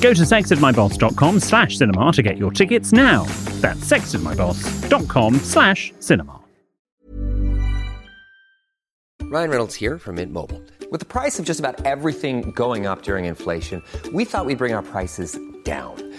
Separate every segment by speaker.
Speaker 1: Go to sexedmyboss.com slash cinema to get your tickets now. That's sexedmyboss.com slash cinema.
Speaker 2: Ryan Reynolds here from Mint Mobile. With the price of just about everything going up during inflation, we thought we'd bring our prices down.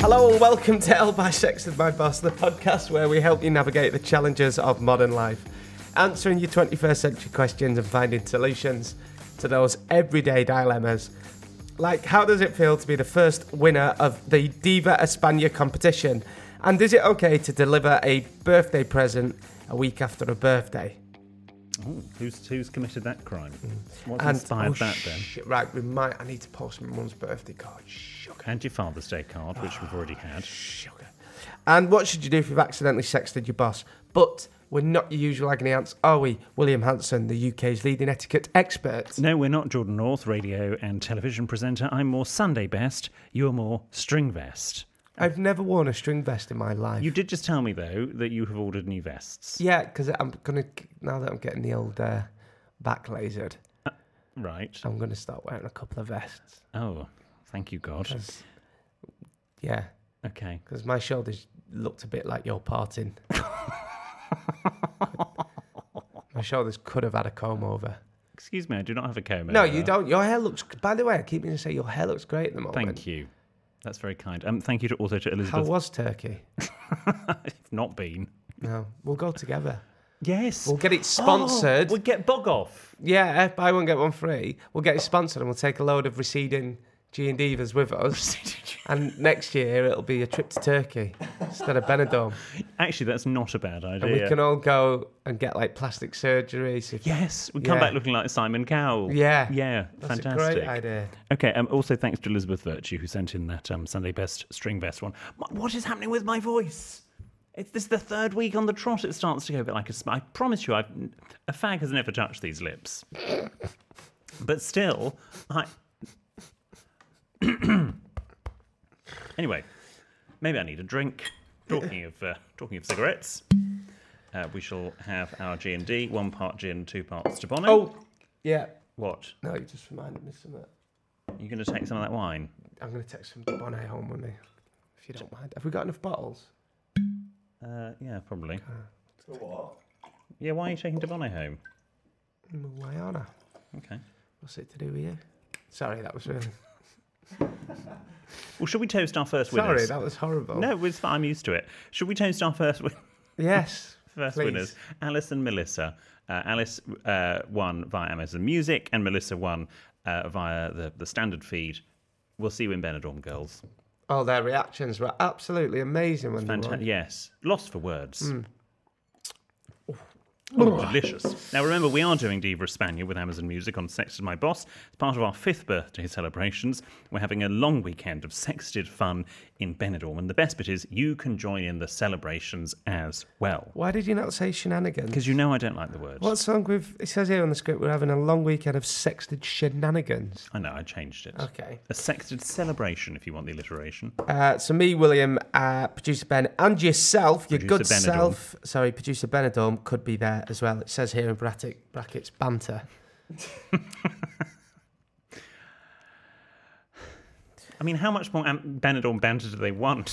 Speaker 3: Hello and welcome to Hell by Sex with My Boss, the podcast where we help you navigate the challenges of modern life, answering your 21st century questions and finding solutions to those everyday dilemmas. Like, how does it feel to be the first winner of the Diva España competition? And is it okay to deliver a birthday present a week after a birthday?
Speaker 1: Oh, Who's, who's committed that crime? What
Speaker 3: And-
Speaker 1: inspired
Speaker 3: oh,
Speaker 1: that then?
Speaker 3: shit, right, we might. I need to post my mum's birthday card. Sugar.
Speaker 1: And your Father's Day card, which we've already had.
Speaker 3: Sugar. And what should you do if you've accidentally sexted your boss? But we're not your usual agony ants, are we? William Hanson, the UK's leading etiquette expert.
Speaker 1: No, we're not Jordan North, radio and television presenter. I'm more Sunday best. You're more string vest.
Speaker 3: I've never worn a string vest in my life.
Speaker 1: You did just tell me, though, that you have ordered new vests.
Speaker 3: Yeah, because I'm gonna now that I'm getting the old uh, back lasered,
Speaker 1: Right.
Speaker 3: I'm gonna start wearing a couple of vests.
Speaker 1: Oh, thank you, God.
Speaker 3: Yeah,
Speaker 1: Okay.
Speaker 3: because my shoulders looked a bit like your parting. my shoulders could have had a comb over.
Speaker 1: Excuse me, I do not have a comb.
Speaker 3: No,
Speaker 1: over.
Speaker 3: you don't. Your hair looks. By the way, I keep meaning to say your hair looks great at the moment.
Speaker 1: Thank you. That's very kind. Um, thank you to also to
Speaker 3: How
Speaker 1: Elizabeth.
Speaker 3: was Turkey?
Speaker 1: I've not been.
Speaker 3: No, we'll go together.
Speaker 1: Yes.
Speaker 3: We'll get it sponsored.
Speaker 1: we'll get bog off.
Speaker 3: Yeah, uh, buy one get one free. We'll get it sponsored, and we'll take a load of receding G and Divas with us. and next year it'll be a trip to Turkey instead of Benidorm,
Speaker 1: Actually, that's not a bad idea.
Speaker 3: and we can all go and get like plastic surgery. So
Speaker 1: yes, we come
Speaker 3: Yeah.
Speaker 1: back looking like Simon Cowell.
Speaker 3: Yeah.
Speaker 1: Yeah.
Speaker 3: That's
Speaker 1: fantastic.
Speaker 3: a great idea.
Speaker 1: Okay. Um, also, thanks to Elizabeth Virtue who sent in that um, Sunday best string vest one. My, what is happening with my voice? It's this is the third week on the trot. It starts to go a bit like a. Sm- I promise you, I've, a fag has never touched these lips. but still, I. anyway, maybe I need a drink. Talking of uh, talking of cigarettes, uh, we shall have our G and D. One part gin, two parts Stabonic.
Speaker 3: Oh, yeah.
Speaker 1: what?
Speaker 3: No, you just reminded me of something.
Speaker 1: You're going to take some of that wine?
Speaker 3: I'm gonna take some Bonnet home with me, if you don't mind. Have we got enough bottles?
Speaker 1: Uh, yeah, probably. Yeah, why are you taking Debonnet home?
Speaker 3: Mm, Why aren't I?
Speaker 1: Okay.
Speaker 3: What's it to do with you? Sorry, that was really.
Speaker 1: Well, should we toast our first
Speaker 3: Sorry,
Speaker 1: winners?
Speaker 3: that was horrible.
Speaker 1: No, it's fine. I'm used to it. Should we toast our first win-
Speaker 3: Yes.
Speaker 1: first
Speaker 3: please.
Speaker 1: winners? Alice and Melissa. Uh, Alice uh, won via Amazon Music, and Melissa won uh, via the, the standard feed. We'll see you in Benidorm, girls.
Speaker 3: Oh, their reactions were absolutely amazing when they
Speaker 1: Fanta-
Speaker 3: won.
Speaker 1: yes, lost for words. Oh, delicious. Now, remember, we are doing Diva Spania with Amazon Music on Sexted My Boss. It's part of our fifth birthday celebrations. We're having a long weekend of sexted fun in Benidorm. And the best bit is you can join in the celebrations as well.
Speaker 3: Why did you not say shenanigans?
Speaker 1: Because you know I don't like the word.
Speaker 3: What song we've? It says here on the script we're having a long weekend of sexted shenanigans.
Speaker 1: I know, I changed it.
Speaker 3: Okay.
Speaker 1: A sexted celebration, if you want the alliteration.
Speaker 3: Uh, so me, William, uh, producer Ben, and yourself, your
Speaker 1: Producer
Speaker 3: good
Speaker 1: Benidorm.
Speaker 3: self. Sorry, producer Benidorm could be there as well. It says here in bratic, brackets banter.
Speaker 1: I mean, how much more am- Benidorm banter do they want?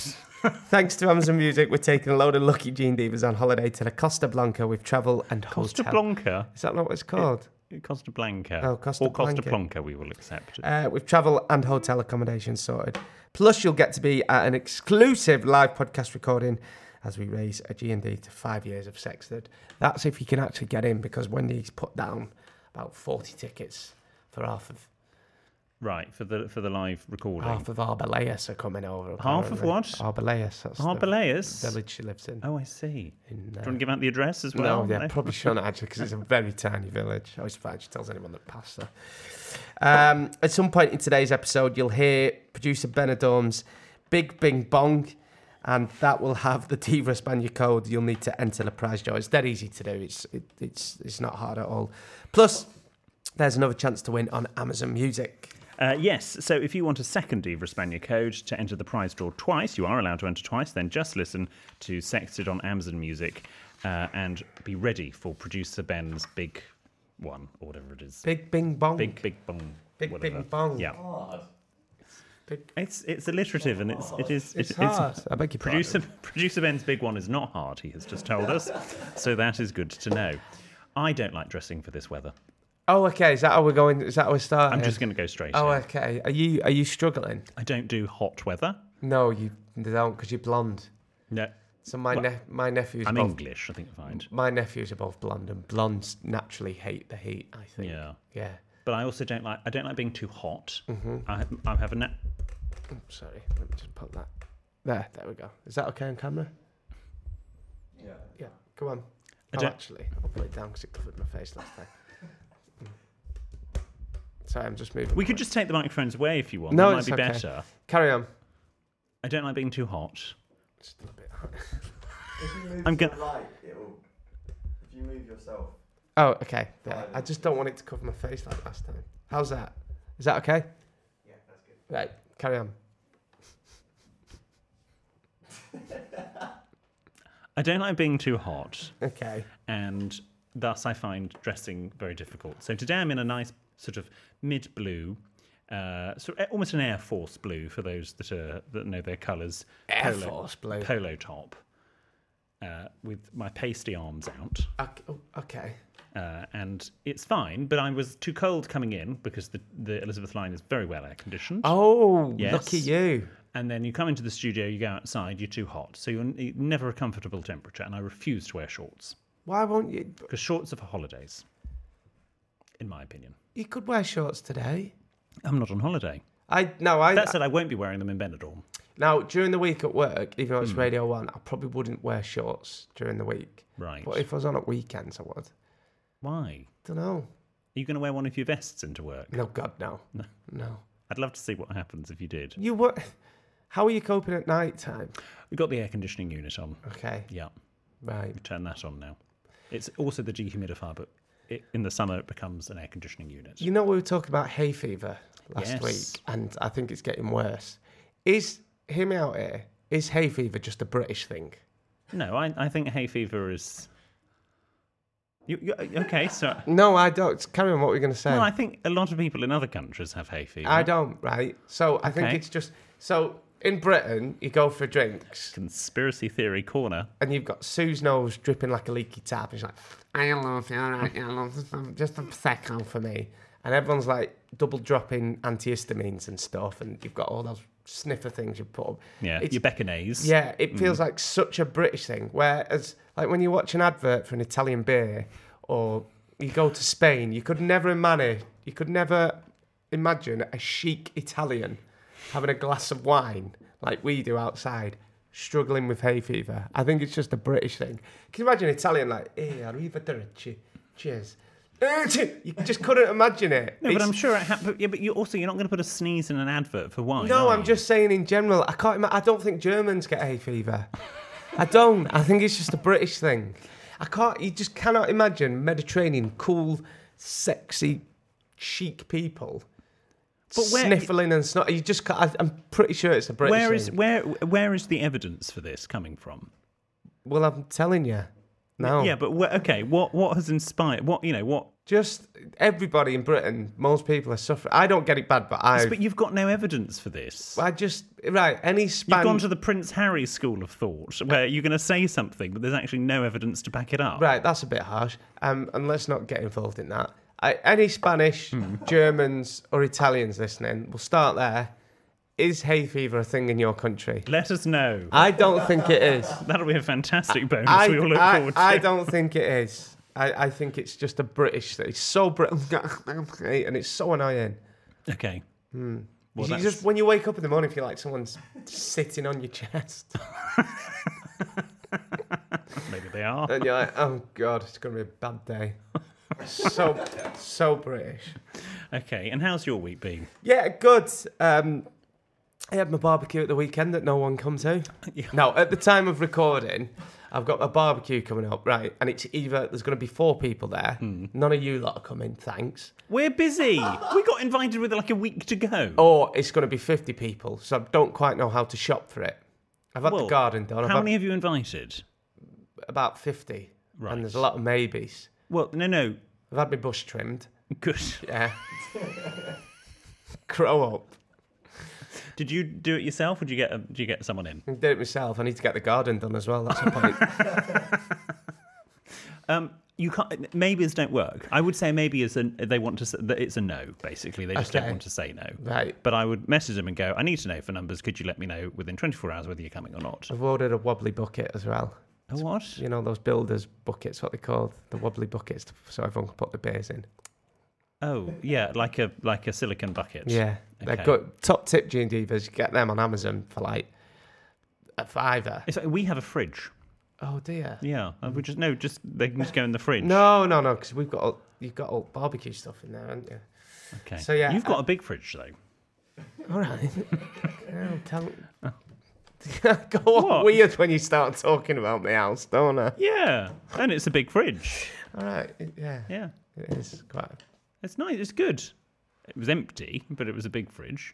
Speaker 3: Thanks to Amazon Music, we're taking a load of lucky Gene Divas on holiday to the Costa Blanca with travel and
Speaker 1: Costa
Speaker 3: hotel.
Speaker 1: Blanca.
Speaker 3: Is that not what it's called?
Speaker 1: Costa Blanca.
Speaker 3: Oh, Costa
Speaker 1: or Costa
Speaker 3: Blanca.
Speaker 1: Blanca, we will accept.
Speaker 3: uh, with travel and hotel accommodation sorted. Plus, you'll get to be at an exclusive live podcast recording as we raise a G&D to five years of Sexted. That's if you can actually get in because Wendy's put down about 40 tickets for half of
Speaker 1: right, for the for the live recording.
Speaker 3: half of Arbaleus are coming over.
Speaker 1: Half of
Speaker 3: apparently.
Speaker 1: what?
Speaker 3: Arbaleus. That's
Speaker 1: Arbelaeus?
Speaker 3: The village she lives in.
Speaker 1: Oh, I see. Do you want to give out the address as
Speaker 3: No,
Speaker 1: well?
Speaker 3: yeah, probably shouldn't actually because it's a very tiny village. I always find she tells anyone that passed her. Um, at some point in today's episode, you'll hear producer Benadorm's Big Bing Bong, and that will have the Diva Espana code you'll need to enter the prize draw. It's dead easy to do. It's it, it's it's not hard at all. Plus, there's another chance to win on Amazon Music.
Speaker 1: Uh, yes, so if you want a second Diva Spania code to enter the prize draw twice, you are allowed to enter twice, then just listen to Sexted on Amazon Music uh, and be ready for producer Ben's big one, or whatever it is.
Speaker 3: Big Bing Bong.
Speaker 1: Big, big bong.
Speaker 3: Big
Speaker 1: whatever.
Speaker 3: bing bong.
Speaker 1: Yeah.
Speaker 3: Big-
Speaker 1: It's it's alliterative and it's it is
Speaker 3: It's
Speaker 1: it-
Speaker 3: hard. I beg your
Speaker 1: producer producer Ben's big one is not hard. He has just told us, so that is good to know. I don't like dressing for this weather.
Speaker 3: Oh, okay. Is that how we're going? Is that how we're starting?
Speaker 1: I'm just going to go straight.
Speaker 3: Oh,
Speaker 1: in.
Speaker 3: okay. Are you are you struggling?
Speaker 1: I don't do hot weather.
Speaker 3: No, you don't, because you're blonde.
Speaker 1: No,
Speaker 3: So my ne- my nephews.
Speaker 1: I'm
Speaker 3: both,
Speaker 1: English. I think I find.
Speaker 3: My nephews are both blonde, and blondes naturally hate the heat. I think.
Speaker 1: Yeah,
Speaker 3: Yeah.
Speaker 1: but I also don't like I don't like being too hot.
Speaker 3: Mm-hmm.
Speaker 1: I have, I have a na-
Speaker 3: Sorry. Let me just put that. There. There we go. Is that okay on camera? Yeah. Yeah. Come on.
Speaker 1: I
Speaker 3: oh,
Speaker 1: don't-
Speaker 3: actually, I'll put it down because it covered my face last time. Mm. Sorry, I'm just moving.
Speaker 1: We
Speaker 3: my
Speaker 1: could
Speaker 3: mic.
Speaker 1: just take the microphones away if you want.
Speaker 3: No,
Speaker 1: that might
Speaker 3: it's
Speaker 1: be
Speaker 3: okay.
Speaker 1: better.
Speaker 3: carry on.
Speaker 1: I don't like being too hot.
Speaker 3: Just a little bit.
Speaker 1: I'm gonna.
Speaker 4: Like it'll. If you move yourself.
Speaker 3: Oh, okay. Yeah, I just don't want it to cover my face like last time. How's that? Is that okay? Yeah, that's good. Right, carry on.
Speaker 1: I don't like being too hot.
Speaker 3: Okay.
Speaker 1: and thus I find dressing very difficult. So today I'm in a nice sort of mid blue, uh, sort of almost an Air Force blue for those that are that know their colours.
Speaker 3: Air Force blue.
Speaker 1: polo top, uh, with my pasty arms out,
Speaker 3: Okay. oh, okay.
Speaker 1: uh, and it's fine. But I was too cold coming in because the the Elizabeth line is very well air conditioned.
Speaker 3: Oh,
Speaker 1: Yes.
Speaker 3: lucky you.
Speaker 1: And then you come into the studio, you go outside, you're too hot, so you're n- never a comfortable temperature. And I refuse to wear shorts
Speaker 3: Why won't you?
Speaker 1: because shorts are for holidays, in my opinion.
Speaker 3: You could wear shorts today.
Speaker 1: I'm not on holiday.
Speaker 3: I no, I
Speaker 1: That said, I won't be wearing them in Benidorm.
Speaker 3: now during the week at work, even though
Speaker 1: Hmm.
Speaker 3: it's Radio One, I probably wouldn't wear shorts during the week.
Speaker 1: Right.
Speaker 3: But if I was on at weekends, I would.
Speaker 1: Why?
Speaker 3: Don't know.
Speaker 1: Are you going to wear one of your vests into work?
Speaker 3: No, God, no, no, no.
Speaker 1: I'd love to see what happens if you did.
Speaker 3: You what? How are you coping at night time?
Speaker 1: We've got the air conditioning unit on.
Speaker 3: Okay,
Speaker 1: Yeah,
Speaker 3: right.
Speaker 1: turn that on now. It's also the dehumidifier, but it, in the summer it becomes an air conditioning unit.
Speaker 3: You know, we were talking about hay fever last
Speaker 1: Yes.
Speaker 3: week, and I think it's getting worse. Is hear me out here? Is hay fever just a British thing?
Speaker 1: No, I, I think hay fever is. You, you, okay, so.
Speaker 3: No, I don't. Carry on. What we're going to say?
Speaker 1: No, I think a lot of people in other countries have hay fever.
Speaker 3: I don't, right? So I think
Speaker 1: Okay.
Speaker 3: it's just so in Britain you go for drinks
Speaker 1: Conspiracy theory corner.
Speaker 3: and you've got Sue's nose dripping like a leaky tap. And she's like, "I love you, all right, yeah, I love this, um, just a second for me." And everyone's like double dropping antihistamines and stuff, and you've got all those sniffer things you put up.
Speaker 1: Yeah,
Speaker 3: It's-
Speaker 1: your Beckonese.
Speaker 3: yeah, it
Speaker 1: Mm.
Speaker 3: feels like such a British thing. Whereas, like when you watch an advert for an Italian beer, or you go to Spain, you could never imagine, you could never imagine a chic Italian having a glass of wine like we do outside, struggling with hay fever. I think it's just a British thing. Can you imagine Italian like, eh, arrivederci, cheers. You just couldn't imagine it.
Speaker 1: No, but
Speaker 3: It's-
Speaker 1: I'm sure it happened. Yeah, but you also you're not going to put a sneeze in an advert for wine.
Speaker 3: No,
Speaker 1: are
Speaker 3: I'm
Speaker 1: you?
Speaker 3: just saying in general. I can't. Ima- I don't think Germans get hay fever. I don't. I think it's just a British thing. I can't. You just cannot imagine Mediterranean, cool, sexy, chic people
Speaker 1: But where-
Speaker 3: sniffling and snot. You just. Can't, I, I'm pretty sure it's a British
Speaker 1: Where is
Speaker 3: thing.
Speaker 1: where where is the evidence for this coming from?
Speaker 3: Well, I'm telling you. No.
Speaker 1: Yeah, but wh- okay, what what has inspired what you know what?
Speaker 3: Just everybody in Britain. Most people are suffering. I don't get it bad, but I.
Speaker 1: But you've got no evidence for this.
Speaker 3: I just right. Any
Speaker 1: You've
Speaker 3: span.
Speaker 1: gone to the Prince Harry school of thought, where you're going to say something, but there's actually no evidence to back it up.
Speaker 3: Right, that's a bit harsh. Um, and let's not get involved in that. I, any Spanish,
Speaker 1: Hmm.
Speaker 3: Germans, or Italians listening, we'll start there. Is hay fever a thing in your country?
Speaker 1: Let us know.
Speaker 3: I don't think it is.
Speaker 1: That'll be a fantastic bonus.
Speaker 3: I,
Speaker 1: we all look
Speaker 3: I,
Speaker 1: forward to.
Speaker 3: I don't think it is. I, I think it's just a British thing. It's so British, and it's so annoying.
Speaker 1: Okay. Well,
Speaker 3: Hmm. you
Speaker 1: that's-
Speaker 3: just when you wake up in the morning, feel like someone's sitting on your chest,
Speaker 1: maybe they are.
Speaker 3: and you're like, "Oh God, it's gonna be a bad day." So, so British.
Speaker 1: Okay. And how's your week been?
Speaker 3: Yeah, good. Um, I had my barbecue at the weekend that no one come to. No, at the time of recording, I've got my barbecue coming up, right? And it's either there's going to be four people there,
Speaker 1: Hmm.
Speaker 3: none of you lot are coming, thanks,
Speaker 1: We're busy. we got invited with like a week to go.
Speaker 3: or it's going to be 50 people, so I don't quite know how to shop for it. I've had
Speaker 1: Well,
Speaker 3: the garden done, I've
Speaker 1: How
Speaker 3: had
Speaker 1: many have you invited?
Speaker 3: about 50,
Speaker 1: Right.
Speaker 3: and there's a lot of maybes.
Speaker 1: Well, no, no.
Speaker 3: I've had my bush trimmed,
Speaker 1: Good.
Speaker 3: yeah. Grow up.
Speaker 1: Did you do it yourself, or did you get a, did you get someone in?
Speaker 3: I did it myself. I need to get the garden done as well. That's the point.
Speaker 1: You can't. Maybes don't work. I would say maybe is a they want to s- that it's a no. Basically, they just don't
Speaker 3: Okay.
Speaker 1: want to say no.
Speaker 3: Right.
Speaker 1: But I would message them and go, I need to know for numbers. Could you let me know within 24 hours whether you're coming or not?
Speaker 3: I've ordered a wobbly bucket as well.
Speaker 1: A what?
Speaker 3: you know those builders buckets what they called the wobbly buckets so everyone can put the beers in
Speaker 1: Oh, yeah, like a like a silicon bucket.
Speaker 3: yeah they're
Speaker 1: Okay.
Speaker 3: good top tip gene divas you get them on amazon for like a fiver
Speaker 1: It's like, we have a fridge.
Speaker 3: oh dear
Speaker 1: Yeah, and we just no, just they can just go in the fridge.
Speaker 3: no no no because we've got all, you've got all barbecue stuff in there haven't you
Speaker 1: Okay.
Speaker 3: so, yeah,
Speaker 1: you've got
Speaker 3: uh,
Speaker 1: a big fridge though.
Speaker 3: all right no, tell go on
Speaker 1: What?
Speaker 3: weird when you start talking about my house don't I
Speaker 1: Yeah, and it's a big fridge.
Speaker 3: all right yeah,
Speaker 1: Yeah,
Speaker 3: it is quite
Speaker 1: it's nice. It's good. It was empty, but it was a big fridge.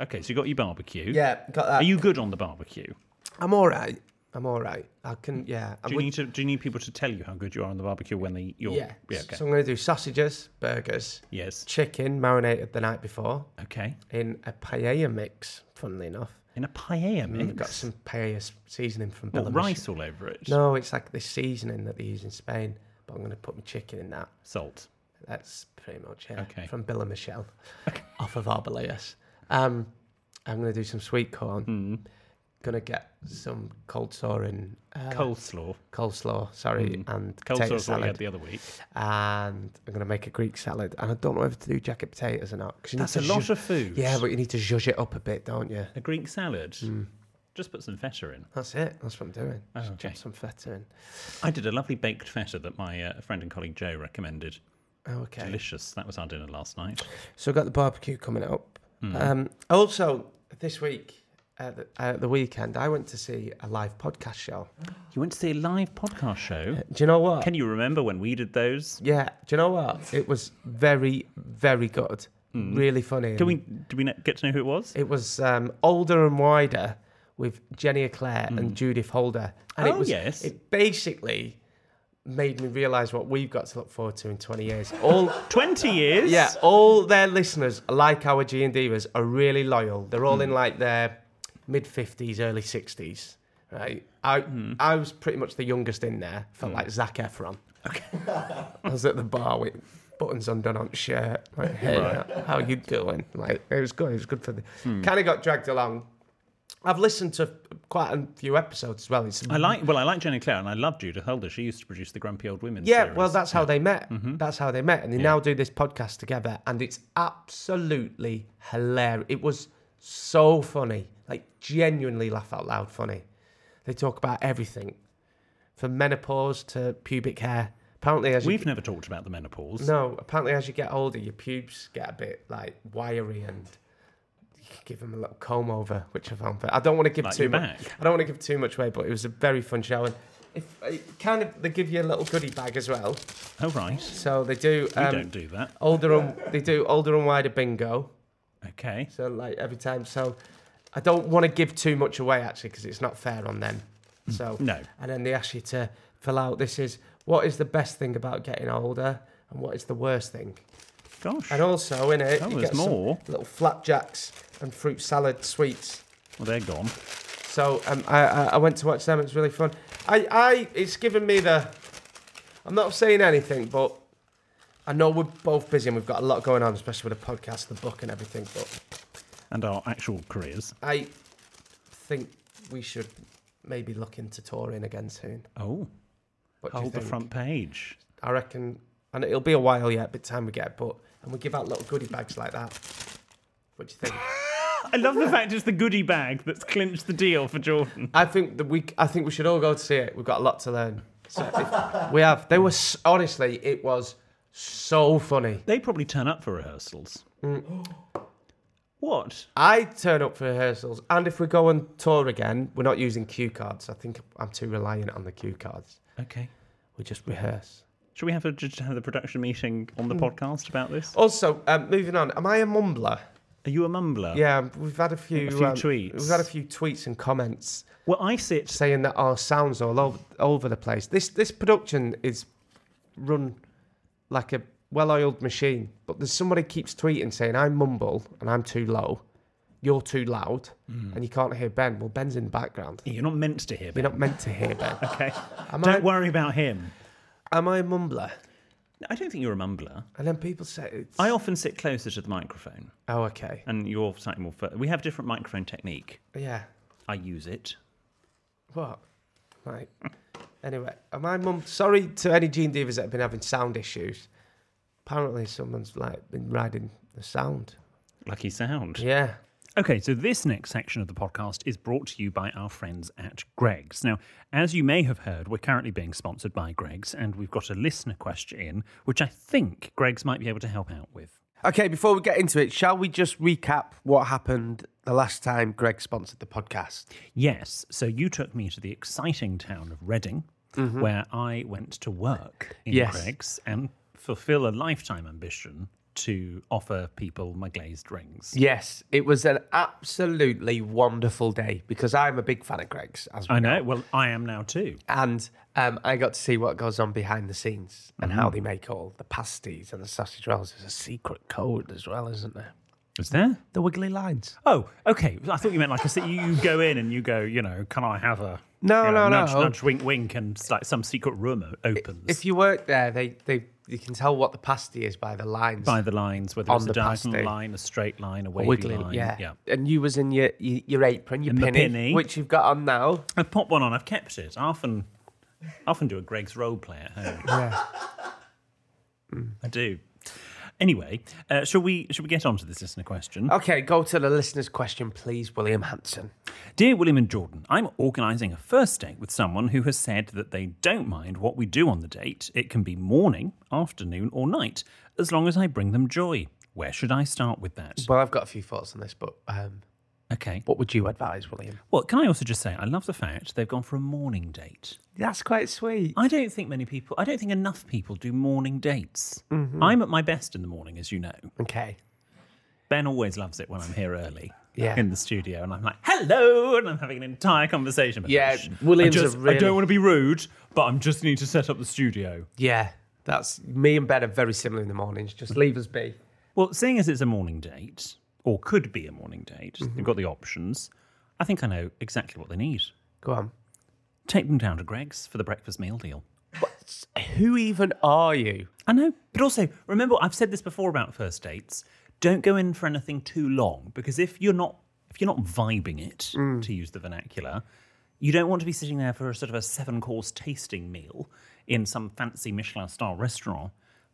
Speaker 1: Okay, so you got your barbecue.
Speaker 3: Hmm. yeah got that
Speaker 1: Are you good on the barbecue?
Speaker 3: I'm all right I'm all right I can yeah I'm
Speaker 1: Do you need to? Do you need people to tell you how good you are on the barbecue when they eat your?
Speaker 3: yeah,
Speaker 1: okay.
Speaker 3: so I'm going to do sausages burgers
Speaker 1: yes.
Speaker 3: chicken marinated the night before
Speaker 1: Okay.
Speaker 3: in a paella mix, funnily enough.
Speaker 1: In a paella mix.
Speaker 3: We've Mm, got some paella s- seasoning from
Speaker 1: What,
Speaker 3: Belarus.
Speaker 1: rice all over it.
Speaker 3: No, it's like this seasoning that they use in Spain, but I'm going to put my chicken in that.
Speaker 1: Salt.
Speaker 3: That's pretty much it.
Speaker 1: Okay.
Speaker 3: From Bill and Michelle off of Arbaleus. Um, I'm going to do some sweet corn.
Speaker 1: Mm.
Speaker 3: Going to get some coleslaw and uh,
Speaker 1: Coleslaw.
Speaker 3: coleslaw, sorry,
Speaker 1: Mm.
Speaker 3: and potato
Speaker 1: Coleslaw's what we
Speaker 3: salad.
Speaker 1: had the other week.
Speaker 3: and I'm going to make a Greek salad. And I don't know whether to do jacket potatoes or not. 'cause you need
Speaker 1: That's
Speaker 3: to
Speaker 1: a lot
Speaker 3: zhu-
Speaker 1: of food.
Speaker 3: Yeah, but Hmm. you need to zhuzh it up a bit, don't you?
Speaker 1: A Greek salad. Just put some feta in.
Speaker 3: That's it. That's what I'm doing. Just
Speaker 1: Oh, okay.
Speaker 3: chuck some feta in.
Speaker 1: I did a lovely baked feta that my uh, friend and colleague Joe recommended.
Speaker 3: Oh, okay.
Speaker 1: Delicious. That was our dinner last night.
Speaker 3: So I've got the barbecue coming up.
Speaker 1: Hmm.
Speaker 3: Um, also, this week, at the, uh, the weekend, I went to see a live podcast show.
Speaker 1: You went to see a live podcast show.
Speaker 3: Do you know what?
Speaker 1: Can you remember when we did those?
Speaker 3: yeah. Do you know what? It was very, very good. Really funny.
Speaker 1: Hmm. Can we? Do we kn- get to know who it was?
Speaker 3: Mm. It was um, older and wider with Jenny Eclair and Judith Holder. And it
Speaker 1: Hmm. Oh,
Speaker 3: was,
Speaker 1: yes.
Speaker 3: It basically made me realise what we've got to look forward to in 20 years. All.
Speaker 1: Twenty years.
Speaker 3: Yeah, all their listeners, like our G and Divas, are really loyal. They're all in like their mid fifties, early sixties. Right. I I was pretty much the youngest in there. Felt like Zac Efron. Okay. I was at the bar with buttons undone on shirt. Like, hey, how you doing? Like, it was good. It was good for the. Kind of got dragged along. I've listened to quite a few episodes as well. It's
Speaker 1: I like. Well, I like Jenny Clare and I love Judith Holder. She used to produce the Grumpy Old Women.
Speaker 3: Yeah,
Speaker 1: series. Mm-hmm.
Speaker 3: well, that's how they met. That's how they met, and they now do this podcast together, and it's absolutely hilarious. It was so funny, like genuinely laugh out loud funny. They talk about everything from menopause to pubic hair. Apparently, as you
Speaker 1: We've never talked about the menopause.
Speaker 3: no, apparently as you get older, your pubes get a bit like wiry and you could give them a little comb over, which I found. fair. I don't want to give
Speaker 1: Like
Speaker 3: too
Speaker 1: your
Speaker 3: much.
Speaker 1: back?
Speaker 3: I don't want to give too much away, but it was a very fun show and. If, it kind of, they give you a little goodie bag as well.
Speaker 1: Oh, right.
Speaker 3: So they do.
Speaker 1: We
Speaker 3: Um,
Speaker 1: don't do that.
Speaker 3: older and they do older and wider bingo. oh.
Speaker 1: Okay.
Speaker 3: So like every time. So I don't want to give too much away actually because it's not fair on them. So
Speaker 1: Mm, No.
Speaker 3: And then they ask you to fill out. This is what is the best thing about getting older and what is the worst thing.
Speaker 1: Gosh.
Speaker 3: And also in it,
Speaker 1: Oh,
Speaker 3: you
Speaker 1: there's
Speaker 3: get some
Speaker 1: more.
Speaker 3: little flapjacks and fruit salad sweets.
Speaker 1: Well, they're gone.
Speaker 3: So um, I, I I went to watch them. It's really fun. I, I it's given me the. I'm not saying anything, but I know we're both busy and we've got a lot going on, especially with the podcast, the book, and everything. But
Speaker 1: And our actual careers.
Speaker 3: I think we should maybe look into touring again soon.
Speaker 1: Oh,
Speaker 3: What do you
Speaker 1: hold the
Speaker 3: think?
Speaker 1: front page.
Speaker 3: I reckon, and it'll be a while yet, but time we get. But and we give out little goodie bags like that. What do you think?
Speaker 1: I love the fact it's the goodie bag that's clinched the deal for Jordan.
Speaker 3: I think that we. I think we should all go to see it. We've got a lot to learn. So if- we have. They were s- honestly. It was so funny.
Speaker 1: They probably turn up for rehearsals. what?
Speaker 3: Mm. I turn up for rehearsals, and if we go on tour again, we're not using cue cards. I think I'm too reliant on the cue cards.
Speaker 1: Okay.
Speaker 3: We just rehearse.
Speaker 1: Should we have a, just have the production meeting on
Speaker 3: Hmm.
Speaker 1: the podcast about this?
Speaker 3: Also, um, moving on. Am I a mumbler?
Speaker 1: Are you a mumbler?
Speaker 3: Yeah, we've had a few,
Speaker 1: A few
Speaker 3: um,
Speaker 1: tweets.
Speaker 3: We've had a few tweets and comments
Speaker 1: Well, I sit.
Speaker 3: saying that our sounds all over, over the place. This this production is run like a well-oiled machine, but there's somebody keeps tweeting saying I mumble and I'm too low, you're too loud,
Speaker 1: Mm.
Speaker 3: and you can't hear Ben. Well, Ben's in the background.
Speaker 1: You're not meant to hear me.
Speaker 3: You're not meant to hear Ben.
Speaker 1: Okay.
Speaker 3: Am
Speaker 1: Don't
Speaker 3: I,
Speaker 1: worry about him.
Speaker 3: Am I a mumbler?
Speaker 1: I don't think you're a mumbler.
Speaker 3: And then people say, it's,
Speaker 1: I often sit closer to the microphone,
Speaker 3: "Oh, okay,
Speaker 1: and you're slightly more. Fur- we have different microphone technique.
Speaker 3: yeah,
Speaker 1: I use it.
Speaker 3: what?" Right. Anyway, am I mum? Sorry to any Gene divas that have been having sound issues. Apparently, someone's like been riding the sound.
Speaker 1: Lucky sound.
Speaker 3: Yeah.
Speaker 1: Okay, so this next section of the podcast is brought to you by our friends at Greg's. Now, as you may have heard, we're currently being sponsored by Greg's, and we've got a listener question in, which I think Greg's might be able to help out with.
Speaker 3: Okay, before we get into it, shall we just recap what happened the last time Greg sponsored the podcast?
Speaker 1: Yes, so you took me to the exciting town of Reading, where I went to work in
Speaker 3: Mm-hmm. Yes.
Speaker 1: Greg's and fulfill a lifetime ambition to offer people my glazed rings.
Speaker 3: Yes, it was an absolutely wonderful day because I'm a big fan of Greg's, as we
Speaker 1: I know. Well, I am now too.
Speaker 3: and um, I got to see what goes on behind the scenes and how they make all the pasties and the sausage rolls. There's a secret code as well, isn't there?
Speaker 1: Is there?
Speaker 3: The wiggly lines.
Speaker 1: Oh, okay. I thought you meant like I said, you go in and you go, you know, can I have a
Speaker 3: No,
Speaker 1: you know,
Speaker 3: no,
Speaker 1: nudge,
Speaker 3: no.
Speaker 1: nudge, wink, wink, and it's like some secret room o- opens
Speaker 3: If you work there, they, they you can tell what the pasty is by the lines.
Speaker 1: by the lines, whether
Speaker 3: On
Speaker 1: it's a
Speaker 3: the
Speaker 1: diagonal
Speaker 3: pasty.
Speaker 1: line, a straight line, a
Speaker 3: A
Speaker 1: wavy
Speaker 3: wiggly,
Speaker 1: line.
Speaker 3: yeah. And you was in your your, your apron, your
Speaker 1: In my
Speaker 3: pinny,
Speaker 1: pinny.
Speaker 3: which you've got on now.
Speaker 1: I've popped one on. I've kept it. I often, I often do a Greg's role play at home. I do. Anyway, uh, shall we shall we get on to this listener question?
Speaker 3: Okay, go to the listener's question, please, William Hanson.
Speaker 1: Dear William and Jordan, I'm organising a first date with someone who has said that they don't mind what we do on the date. It can be morning, afternoon, or night, as long as I bring them joy. Where should I start with that?
Speaker 3: Well, I've got a few thoughts on this, but um,
Speaker 1: Okay.
Speaker 3: what would you advise, William?
Speaker 1: Well, can I also just say, I love the fact they've gone for a morning date.
Speaker 3: That's quite sweet.
Speaker 1: I don't think many people, I don't think enough people do morning dates.
Speaker 3: Mm-hmm.
Speaker 1: I'm at my best in the morning, as you know.
Speaker 3: Okay.
Speaker 1: Ben always loves it when I'm here early.
Speaker 3: Yeah.
Speaker 1: In the studio, and I'm like, hello, and I'm having an entire conversation. About
Speaker 3: Yeah,
Speaker 1: it.
Speaker 3: William's
Speaker 1: I,
Speaker 3: a
Speaker 1: just, I
Speaker 3: really-
Speaker 1: don't want to be rude, but I'm just need to set up the studio.
Speaker 3: Yeah, that's me and Ben are very similar in the mornings. Just leave us be.
Speaker 1: Well, seeing as it's a morning date, or could be a morning date,
Speaker 3: Mm-hmm.
Speaker 1: they've got the options. I think I know exactly what they need.
Speaker 3: Go on.
Speaker 1: Take them down to Greg's for the breakfast meal deal.
Speaker 3: Who even are you?
Speaker 1: I know, but also remember, I've said this before about first dates. Don't go in for anything too long because if you're not if you're not vibing it,
Speaker 3: Mm.
Speaker 1: to use the vernacular, you don't want to be sitting there for a sort of a seven course tasting meal in some fancy Michelin star restaurant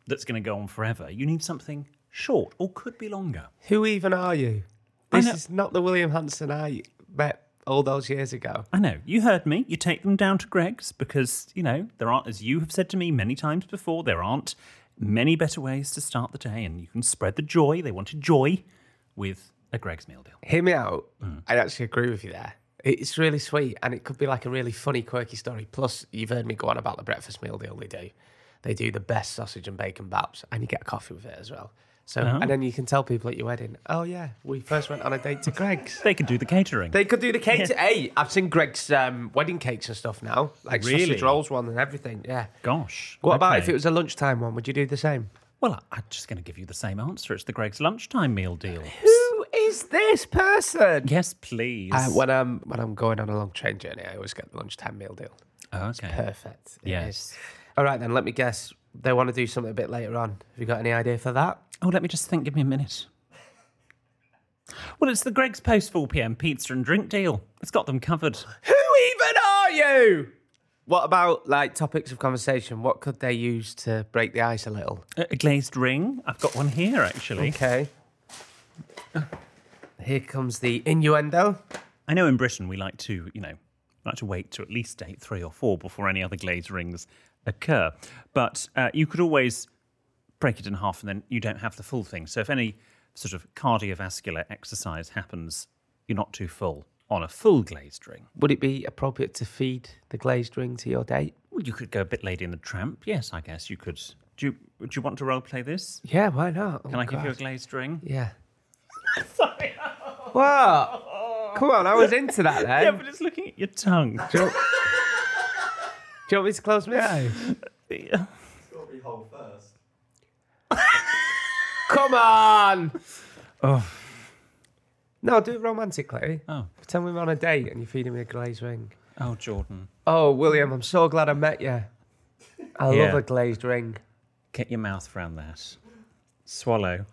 Speaker 1: that's going to go on forever. You need something short or could be longer.
Speaker 3: Who even are you? This
Speaker 1: know-
Speaker 3: is not the William Hanson I met all those years ago.
Speaker 1: I know. You heard me. You take them down to Greg's because, you know, there aren't, as you have said to me many times before, there aren't many better ways to start the day. And you can spread the joy. They wanted joy with a Greg's meal deal.
Speaker 3: Hear me out.
Speaker 1: Mm.
Speaker 3: I actually agree with you there. It's really sweet, and it could be like a really funny, quirky story. Plus, you've heard me go on about the breakfast meal deal they do. They do the best sausage and bacon baps, and you get coffee with it as well. So,
Speaker 1: Uh-huh.
Speaker 3: and then you can tell people at your wedding, oh yeah, we first went on a date to Greg's.
Speaker 1: They could do the catering.
Speaker 3: They could do the cake. Hey, I've seen Greg's um, wedding cakes and stuff now, like
Speaker 1: Really?
Speaker 3: sausage rolls one and everything. Yeah.
Speaker 1: Gosh.
Speaker 3: What about if
Speaker 1: okay.
Speaker 3: it was a lunchtime one? Would you do the same?
Speaker 1: Well, I- I'm just going to give you the same answer. It's the Greg's lunchtime meal deal.
Speaker 3: Who is this person?
Speaker 1: Yes, please.
Speaker 3: Uh, when I'm when I'm going on a long train journey, I always get the lunchtime meal deal.
Speaker 1: Oh, okay.
Speaker 3: Perfect. It
Speaker 1: Yes.
Speaker 3: is. All right then. Let me guess. They want to do something a bit later on. Have you got any idea for that?
Speaker 1: Oh, let me just think. Give me a minute. Well, it's the Greg's post 4 p.m. pizza and drink deal. It's got them covered.
Speaker 3: Who even are you? What about like topics of conversation? What could they use to break the ice a little?
Speaker 1: A a glazed ring. I've got one here, actually.
Speaker 3: Okay. Here comes the innuendo.
Speaker 1: I know in Britain we like to, you know, like to wait to at least date three or four before any other glazed rings occur. But uh, you could always break it in half, and then you don't have the full thing. So if any sort of cardiovascular exercise happens, you're not too full on a full glazed ring.
Speaker 3: Would it be appropriate to feed the glazed ring to your date?
Speaker 1: Well, you could go a bit Lady in the Tramp. Yes, I guess you could. Do you, do you want to role play this?
Speaker 3: Yeah, why not?
Speaker 1: Can I give you a glazed ring?
Speaker 3: Yeah. Sorry. What? Come on, I was into that then.
Speaker 1: Yeah, but it's looking at your tongue.
Speaker 3: Do you, want, do you want me to close my eyes?
Speaker 4: It's got to be whole first.
Speaker 3: Come on! Oh. No, do it romantically.
Speaker 1: Oh.
Speaker 3: Pretend we're on a date and you're feeding me a glazed ring.
Speaker 1: Oh, Jordan.
Speaker 3: Oh, William, I'm so glad I met you. I
Speaker 1: Yeah.
Speaker 3: love a glazed ring.
Speaker 1: Get your mouth round that. Swallow.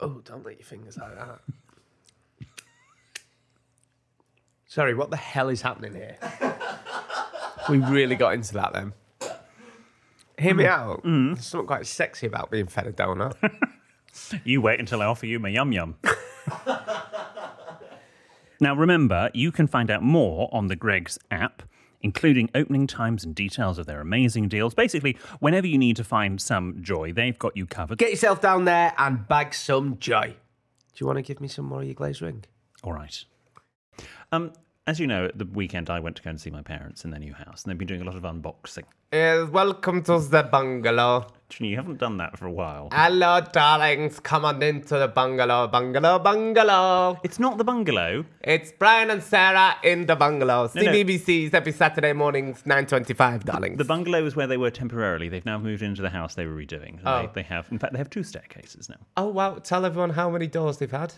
Speaker 3: Oh, don't let your fingers like that. Sorry, what the hell is happening here? we really got into that then. Hear
Speaker 1: Mm.
Speaker 3: me out. There's something quite sexy about being fed a donut.
Speaker 1: You wait until I offer you my yum yum. now, remember, you can find out more on the Greg's app, including opening times and details of their amazing deals. Basically, whenever you need to find some joy, they've got you covered.
Speaker 3: Get yourself down there and bag some joy. Do you want to give me some more of your glazed ring?
Speaker 1: All right. Um, as you know, at the weekend I went to go and see my parents in their new house, and they've been doing a lot of unboxing.
Speaker 3: Uh, welcome to the bungalow.
Speaker 1: Actually, you haven't done that for a while.
Speaker 3: Hello, darlings. Come on into the bungalow, bungalow, bungalow.
Speaker 1: It's not the bungalow.
Speaker 3: It's Brian and Sarah in the bungalow.
Speaker 1: No, no.
Speaker 3: CBBC's every Saturday mornings, 9.25, darlings.
Speaker 1: The bungalow is where they were temporarily. They've now moved into the house they were redoing. and
Speaker 3: Oh.
Speaker 1: They, they have, in fact, they have two staircases now.
Speaker 3: oh, wow. Tell everyone how many doors they've had.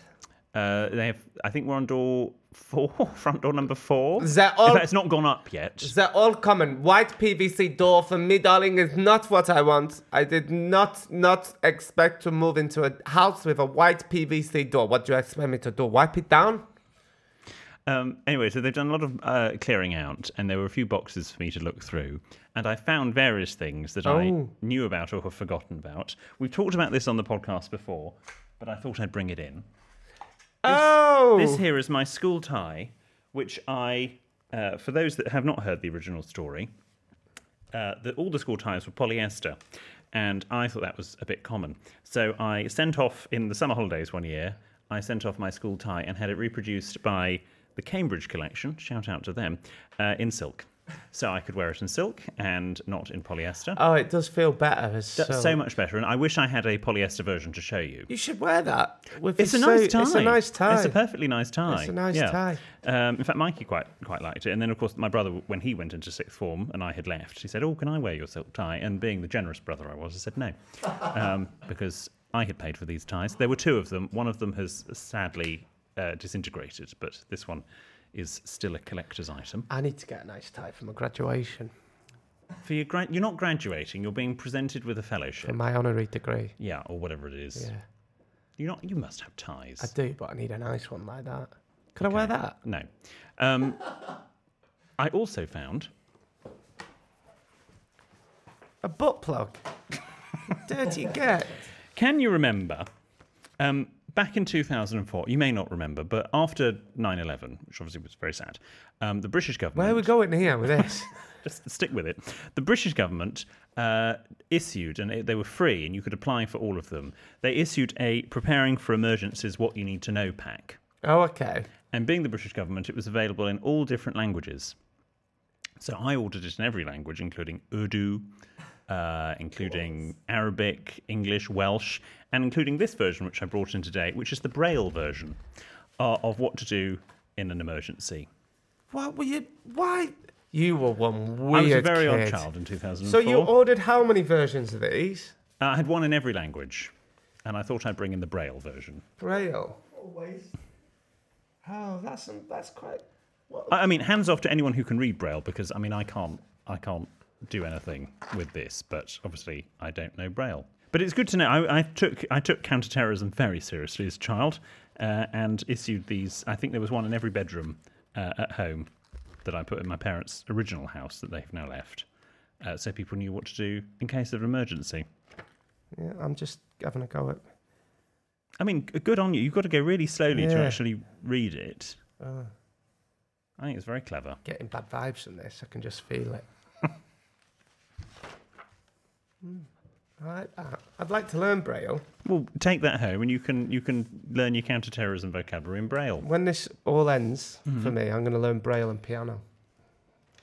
Speaker 1: Uh, they have. I think we're on door four, front door number four.
Speaker 3: Is that
Speaker 1: In
Speaker 3: all-
Speaker 1: fact, it's not gone up yet.
Speaker 3: They're all common. White PVC door for me, darling, is not what I want. I did not, not expect to move into a house with a white PVC door. What do you expect me to do? Wipe it down?
Speaker 1: Um, anyway, so they've done a lot of uh, clearing out, and there were a few boxes for me to look through, and I found various things that
Speaker 3: Oh.
Speaker 1: I knew about or have forgotten about. We've talked about this on the podcast before, but I thought I'd bring it in.
Speaker 3: oh!
Speaker 1: This here is my school tie, which I, uh, for those that have not heard the original story, uh, the, all the school ties were polyester, and I thought that was a bit common. So I sent off in the summer holidays one year. I sent off my school tie and had it reproduced by the Cambridge collection. Shout out to them uh, in silk, so I could wear it in silk and not in polyester.
Speaker 3: oh, it does feel better. It's so,
Speaker 1: That's so much better, and I wish I had a polyester version to show you.
Speaker 3: You should wear that. with
Speaker 1: It's a
Speaker 3: your
Speaker 1: nice
Speaker 3: suit.
Speaker 1: tie.
Speaker 3: It's a nice tie.
Speaker 1: It's a perfectly nice tie.
Speaker 3: It's a nice tie.
Speaker 1: Um, in fact, Mikey quite quite liked it. And then, of course, my brother, when he went into sixth form and I had left, he said, "Oh, can I wear your silk tie?" And being the generous brother I was, I said no, um, because I had paid for these ties. There were two of them. One of them has sadly uh, disintegrated, but this one is still a collector's item.
Speaker 3: I need to get a nice tie for my graduation,
Speaker 1: For your gra- you're not graduating. You're being presented with a
Speaker 3: for
Speaker 1: fellowship.
Speaker 3: my honorary degree.
Speaker 1: Yeah, or whatever it is.
Speaker 3: Um, Yeah,
Speaker 1: You're not. You must have ties.
Speaker 3: I do, but I need a nice one like that. Could I wear that?
Speaker 1: No. Um, I also found
Speaker 3: A butt plug. Dirty get.
Speaker 1: Can you remember Um, back in 2004, you may not remember, but after 9 11, which obviously was very sad, um, the British government.
Speaker 3: Where are we going here with this?
Speaker 1: just stick with it. The British government uh, issued, and it, they were free, and you could apply for all of them. They issued a Preparing for Emergencies What You Need to Know pack.
Speaker 3: oh, okay.
Speaker 1: And being the British government, it was available in all different languages. So I ordered it in every language, including Urdu, uh, including Arabic, English, Welsh, and including this version, which I brought in today, which is the Braille version uh, of what to do in an emergency.
Speaker 3: What were you? Why? You were one
Speaker 1: I
Speaker 3: weird
Speaker 1: was a very
Speaker 3: kid.
Speaker 1: odd child in 2004.
Speaker 3: So you ordered how many versions of these?
Speaker 1: Uh, I had one in every language, and I thought I'd bring in the Braille version.
Speaker 3: Braille. Oh, that's that's quite.
Speaker 1: I, I mean, hands off to anyone who can read Braille, because I mean, I can't, I can't do anything with this. But obviously, I don't know Braille. But it's good to know. I, I took I took counterterrorism very seriously as a child, uh, and issued these. I think there was one in every bedroom uh, at home that I put in my parents' original house that they've now left, uh, so people knew what to do in case of emergency.
Speaker 3: Yeah, I'm just having a go at.
Speaker 1: I mean, g- good on you. You've got to go really slowly to
Speaker 3: Yeah.
Speaker 1: actually read it. I think it's very clever.
Speaker 3: getting bad vibes from this. I can just feel it. Hmm, I like that. I'd like to learn Braille.
Speaker 1: Well, take that home, and you can you can learn your counterterrorism vocabulary in Braille.
Speaker 3: When this all ends
Speaker 1: Mm-hmm.
Speaker 3: for me, I'm going to learn Braille and piano.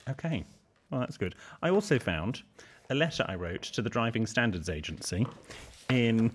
Speaker 1: Okay, well that's good. I also found a letter I wrote to the Driving Standards Agency in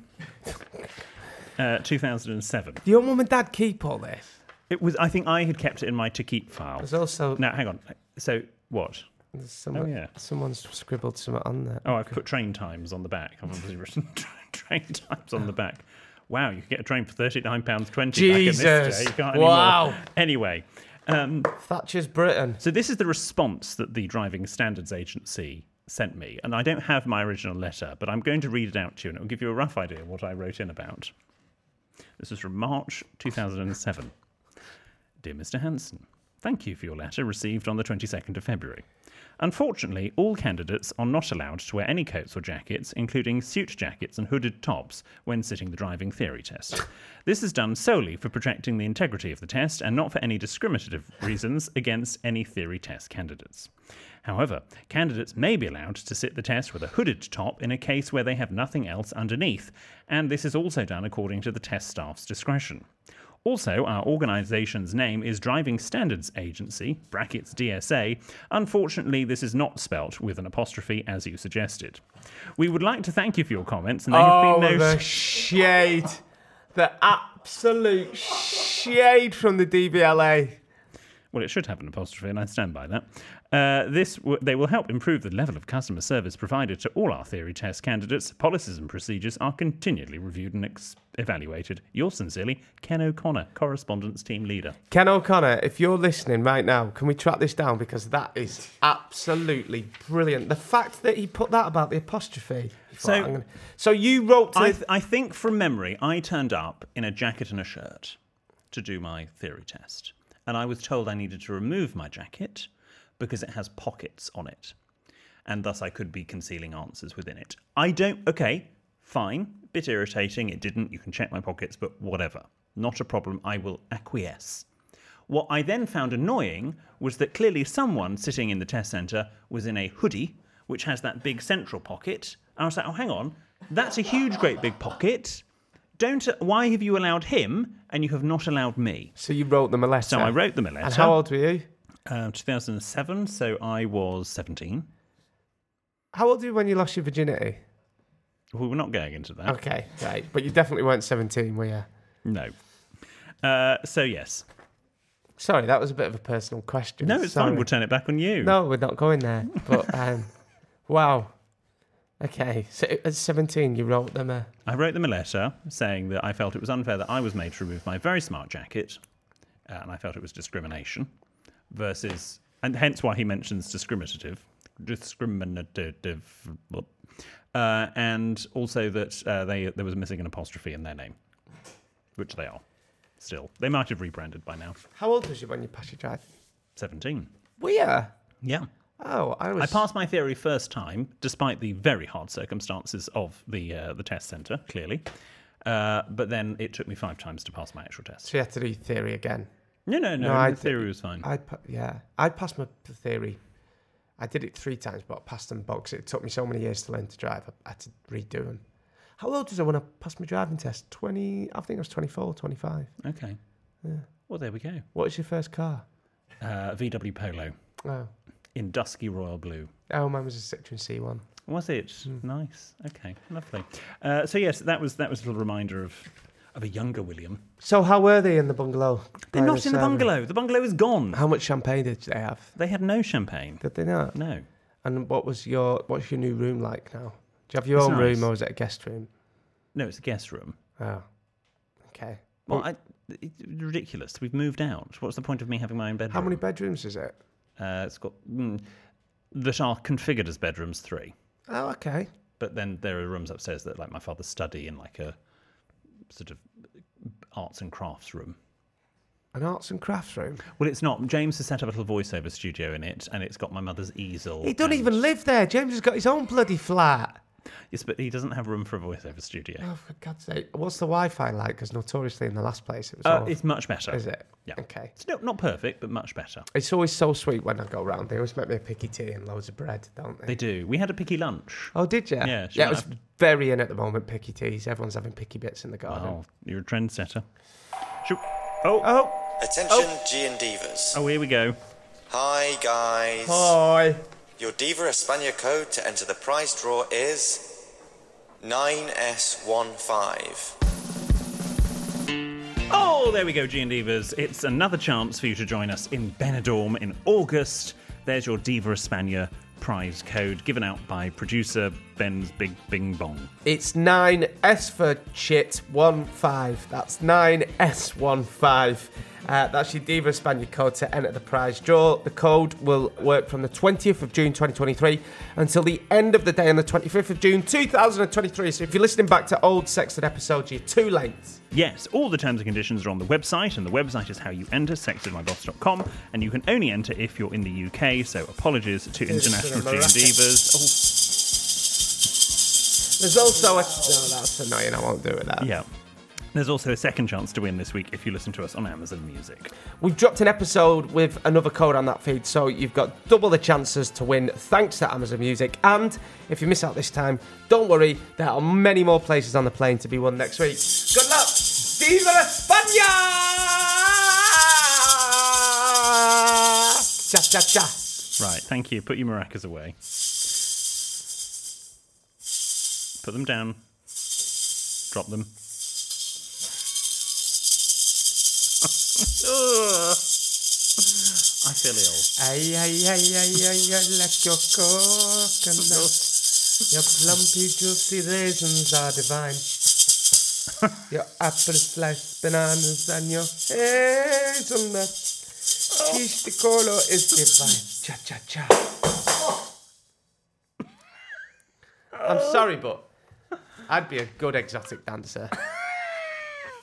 Speaker 1: uh, 2007.
Speaker 3: Do your mum and dad keep all this?
Speaker 1: It was I think I had kept it in my to keep file.
Speaker 3: There's also
Speaker 1: Now hang on. So what?
Speaker 3: there's someone,
Speaker 1: Oh, yeah.
Speaker 3: someone's scribbled something on there.
Speaker 1: Oh, I've put train times on the back. I've obviously written tra- train times on the back. Wow, you can get a train for thirty-nine pounds twenty back in this
Speaker 3: Jesus.
Speaker 1: day. You can't
Speaker 3: Wow.
Speaker 1: Anymore. Anyway, um,
Speaker 3: Thatcher's Britain.
Speaker 1: so this is the response that the driving standards agency sent me, and I don't have my original letter, but I'm going to read it out to you, and it will give you a rough idea of what I wrote in about. This is from March 2007. Dear Mr. Hanson, thank you for your letter received on the 22nd of February. Unfortunately, all candidates are not allowed to wear any coats or jackets, including suit jackets and hooded tops, when sitting the driving theory test. This is done solely for protecting the integrity of the test and not for any discriminative reasons against any theory test candidates. However, candidates may be allowed to sit the test with a hooded top in a case where they have nothing else underneath, and this is also done according to the test staff's discretion. Also, our organisation's name is Driving Standards Agency, brackets DSA. Unfortunately, this is not spelt with an apostrophe as you suggested. We would like to thank you for your comments, and they
Speaker 3: Oh,
Speaker 1: have been
Speaker 3: the
Speaker 1: noted.
Speaker 3: shade. The absolute shade from the DBLA.
Speaker 1: Well, it should have an apostrophe, and I stand by that. Uh, this w- they will help improve the level of customer service provided to all our theory test candidates. Policies and procedures are continually reviewed and ex- evaluated. Yours sincerely, Ken O'Connor, correspondence team leader.
Speaker 3: Ken O'Connor, if you're listening right now, can we track this down? Because that is absolutely brilliant. The fact that he put that about the apostrophe. he thought,
Speaker 1: So-
Speaker 3: "I'm gonna-" so you wrote to.
Speaker 1: I, th- I think from memory, I turned up in a jacket and a shirt to do my theory test. And I was told I needed to remove my jacket because it has pockets on it. And thus I could be concealing answers within it. I don't, okay, fine, bit irritating, it didn't, you can check my pockets, but whatever. Not a problem, I will acquiesce. What I then found annoying was that clearly someone sitting in the test centre was in a hoodie, which has that big central pocket. And I was like, oh, hang on, that's a huge, great big pocket. Don't, why have you allowed him and you have not allowed me?
Speaker 3: so you wrote them a letter.
Speaker 1: So I wrote them a letter.
Speaker 3: And how old were you?
Speaker 1: Uh, 2007, so I was 17.
Speaker 3: How old were you when you lost your virginity?
Speaker 1: We were not going into that.
Speaker 3: Okay, right. But you definitely weren't 17, were you?
Speaker 1: No. Uh, so, yes.
Speaker 3: Sorry, that was a bit of a personal question.
Speaker 1: No, it's
Speaker 3: Sorry.
Speaker 1: fine. We'll turn it back on you.
Speaker 3: No, we're not going there. But um, wow. Okay, so at 17, you wrote them a.
Speaker 1: I wrote them a letter saying that I felt it was unfair that I was made to remove my very smart jacket, uh, and I felt it was discrimination versus, and hence why he mentions discriminative, discriminative, uh, and also that uh, they there was missing an apostrophe in their name, which they are still. They might have rebranded by now.
Speaker 3: How old was you when you passed your drive?
Speaker 1: Seventeen.
Speaker 3: Were you?
Speaker 1: Yeah.
Speaker 3: Oh, I was.
Speaker 1: I passed my theory first time, despite the very hard circumstances of the uh, the test centre. Clearly, Uh, but then it took me five times to pass my actual test.
Speaker 3: So you had to do theory again.
Speaker 1: No, no, no.
Speaker 3: No, I
Speaker 1: the
Speaker 3: thi-
Speaker 1: theory was fine.
Speaker 3: I pa- yeah, I passed my p- theory. I did it three times, but I passed them both. 'cause It took me so many years to learn to drive. I had to redo them. How old was I when I passed my driving test? Twenty. I think I was 24, 25.
Speaker 1: okay. Well, there we go.
Speaker 3: What was your first car?
Speaker 1: Uh, VW Polo
Speaker 3: Oh,
Speaker 1: in dusky royal blue.
Speaker 3: oh, mine was a Citroen C1.
Speaker 1: Was it
Speaker 3: Hmm.
Speaker 1: nice? Okay, lovely. Uh, so yes, that was that was a little reminder of of a younger William.
Speaker 3: So how were they in the bungalow?
Speaker 1: They're
Speaker 3: By
Speaker 1: not in the
Speaker 3: server?
Speaker 1: bungalow. The bungalow is gone.
Speaker 3: How much champagne did they have?
Speaker 1: They had no champagne.
Speaker 3: Did they not?
Speaker 1: No.
Speaker 3: And what was your what's your new room like now? Do you have your
Speaker 1: It's
Speaker 3: own
Speaker 1: nice.
Speaker 3: room or is it a guest room?
Speaker 1: No, it's a guest room.
Speaker 3: Oh, okay.
Speaker 1: Well, I, it's ridiculous. We've moved out. What's the point of me having my own bedroom?
Speaker 3: How many bedrooms is it?
Speaker 1: Uh, it's got mm, that are configured as bedrooms three,
Speaker 3: Oh, okay.
Speaker 1: but then there are rooms upstairs that like my father's study and like a sort of arts and crafts room.
Speaker 3: An arts and crafts room.
Speaker 1: Well, it's not. James has set up a little voiceover studio in it, and it's got my mother's easel.
Speaker 3: He don't
Speaker 1: and-
Speaker 3: even live there. James has got his own bloody flat.
Speaker 1: Yes, but he doesn't have room for a voiceover studio.
Speaker 3: Oh, for God's sake! What's the Wi-Fi like? Because notoriously in the last place it was.
Speaker 1: Uh,
Speaker 3: all-
Speaker 1: it's much better.
Speaker 3: is it?
Speaker 1: Yeah.
Speaker 3: Okay.
Speaker 1: It's not, not perfect, but much better.
Speaker 3: It's always so sweet when I go round. They always make me a picky tea and loads of bread, don't
Speaker 1: They do. We had a picky lunch.
Speaker 3: Oh, did you?
Speaker 1: Yeah, she
Speaker 3: yeah. It
Speaker 1: might
Speaker 3: was very in at the moment. Picky teas. Everyone's having picky bits in the garden.
Speaker 1: Oh, you're a trendsetter. Shoot. Oh,
Speaker 3: Oh,
Speaker 4: Attention, G and Divas.
Speaker 1: oh, here we go.
Speaker 4: Hi, guys.
Speaker 3: hi.
Speaker 4: Your Diva España code to enter the prize draw is 9S15.
Speaker 1: Oh, there we go, G and Divas. It's another chance for you to join us in Benidorm in August. There's your Diva Espana prize code given out by producer Ben's Big Bing Bong.
Speaker 3: It's nine S for shit one five. That's nine S one five. Uh, that's your Diva Spaniard code to enter the prize draw. The code will work from the 20th of June 2023 until the end of the day on the 25th of June 2023. So if you're listening back to old Sexton episodes, you're too late.
Speaker 1: Yes, all the terms and conditions are on the website, and the website is how you enter sexedmyboss.com, and you can only enter if you're in the UK, so apologies to international G and Divas.
Speaker 3: There's also a. No, that's annoying. I won't do it. That.
Speaker 1: Oh, yeah. There's also a second chance to win this week if you listen to us on Amazon Music.
Speaker 3: We've dropped an episode with another code on that feed, so you've got double the chances to win thanks to Amazon Music. And if you miss out this time, don't worry, there are many more places on the plane to be won next week. Good luck! Viva España! Cha cha cha.
Speaker 1: Right, thank you. Put your maracas away. Put them down. Drop them. I feel ill.
Speaker 3: Ay, ay, ay, ay, ay, ay, like your coconut. Your plumpy, juicy raisins are divine. Your apple sliced bananas and your hazelnuts. Quiche de colo is divine. Cha, cha, cha. I'm sorry, but I'd be a good exotic dancer.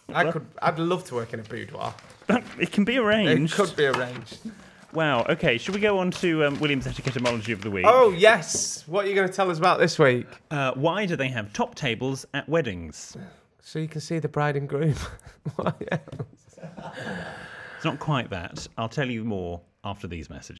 Speaker 3: I could. I'd love to work in a boudoir.
Speaker 1: It can be
Speaker 3: It
Speaker 1: arranged.
Speaker 3: could be arranged.
Speaker 1: Wow. Okay. Should we go on to um, William's etymology of the week?
Speaker 3: Oh yes. What are you going to tell us about this week?
Speaker 1: Uh, why do they have top tables at weddings?
Speaker 3: So you can see the bride and groom. What else?
Speaker 1: It's not quite that. I'll tell you more after these messages.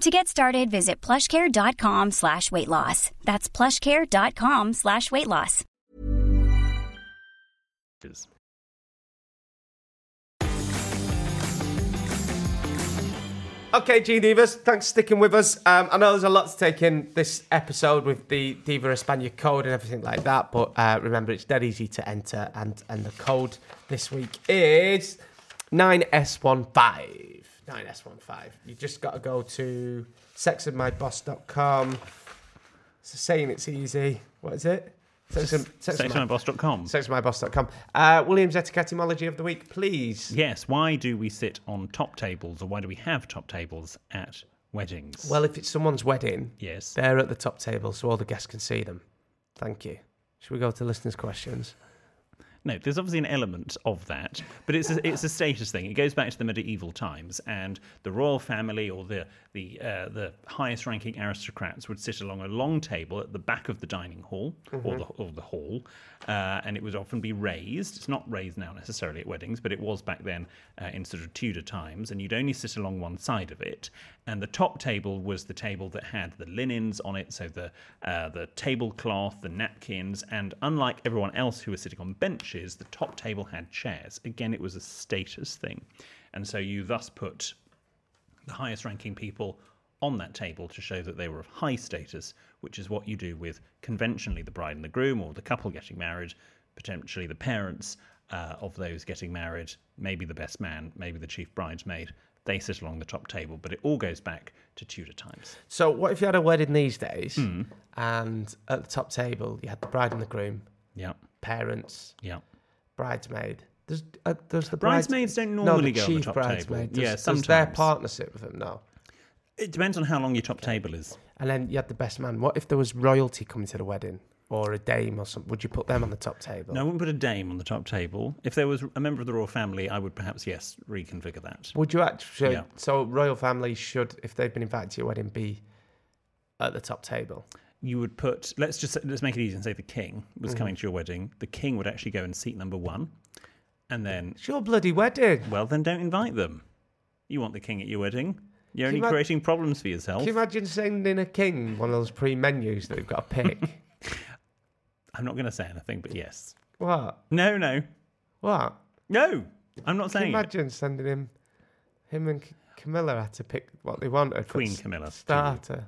Speaker 5: To get started, visit plushcare.com slash weight loss. That's plushcare.com slash weight loss.
Speaker 3: Okay, G Divas, thanks for sticking with us. Um, I know there's a lot to take in this episode with the Diva España code and everything like that, but uh, remember it's dead easy to enter, and and the code this week is 9S15. 9S15. You just got to go to sexandmyboss.com. It's a saying it's easy. What is it? Sex and- sex and my-
Speaker 1: Sectionboss.com.
Speaker 3: Sexandmyboss.com. Uh, William's etymology of the week, please.
Speaker 1: Yes, why do we sit on top tables or why do we have top tables at weddings?
Speaker 3: Well, if it's someone's wedding,
Speaker 1: yes.
Speaker 3: They're at the top table, so all the guests can see them. Thank you. Should we go to listeners' questions?
Speaker 1: No, there's obviously an element of that, but it's a, it's a status thing. It goes back to the medieval times, and the royal family or the the uh, the highest ranking aristocrats would sit along a long table at the back of the dining hall or the or the hall, uh, and it would often be raised. It's not raised now necessarily at weddings, but it was back then uh, in sort of Tudor times, and you'd only sit along one side of it. And the top table was the table that had the linens on it, so the uh, the tablecloth, the napkins, and unlike everyone else who was sitting on benches, the top table had chairs. Again, it was a status thing, and so you thus put the highest ranking people on that table to show that they were of high status, which is what you do with conventionally the bride and the groom or the couple getting married, potentially the parents uh, of those getting married, maybe the best man, maybe the chief bridesmaid. They sit along the top table, but it all goes back to Tudor times.
Speaker 3: So, what if you had a wedding these days
Speaker 1: Hmm.
Speaker 3: and at the top table you had the bride and the groom,
Speaker 1: Yeah,
Speaker 3: parents,
Speaker 1: yeah.
Speaker 3: bridesmaid? There's, uh, there's the bride-
Speaker 1: Bridesmaids don't
Speaker 3: No,
Speaker 1: normally
Speaker 3: the
Speaker 1: go on the
Speaker 3: chief
Speaker 1: top
Speaker 3: bridesmaid.
Speaker 1: table. Yeah,
Speaker 3: Does, does their
Speaker 1: sometimes.
Speaker 3: partner sit with them now?
Speaker 1: It depends on how long your top table is.
Speaker 3: And then you had the best man. What if there was royalty coming to the wedding or a dame or something? Would you put them on the top table?
Speaker 1: No, I wouldn't put a dame on the top table. If there was a member of the royal family, I would perhaps, yes, reconfigure that.
Speaker 3: Would you actually?
Speaker 1: Yeah.
Speaker 3: So, royal families should, if they've been invited to your wedding, be at the top table.
Speaker 1: you would put let's just let's make it easy and say the king was
Speaker 3: Mm-hmm.
Speaker 1: coming to your wedding the king would actually go in seat number one and then
Speaker 3: It's your bloody wedding.
Speaker 1: well then don't invite them you want the king at your wedding you're
Speaker 3: Can
Speaker 1: only
Speaker 3: you ma-
Speaker 1: creating problems for yourself
Speaker 3: Can you imagine sending a king one of those pre menus that you've got to pick?
Speaker 1: i'm not going to say anything but yes
Speaker 3: what?
Speaker 1: no no
Speaker 3: What?
Speaker 1: no i'm not
Speaker 3: Can you
Speaker 1: saying it.
Speaker 3: imagine sending him, him and C- Camilla had to pick what they wanted? for
Speaker 1: Queen
Speaker 3: s-
Speaker 1: Camilla, too.
Speaker 3: Starter.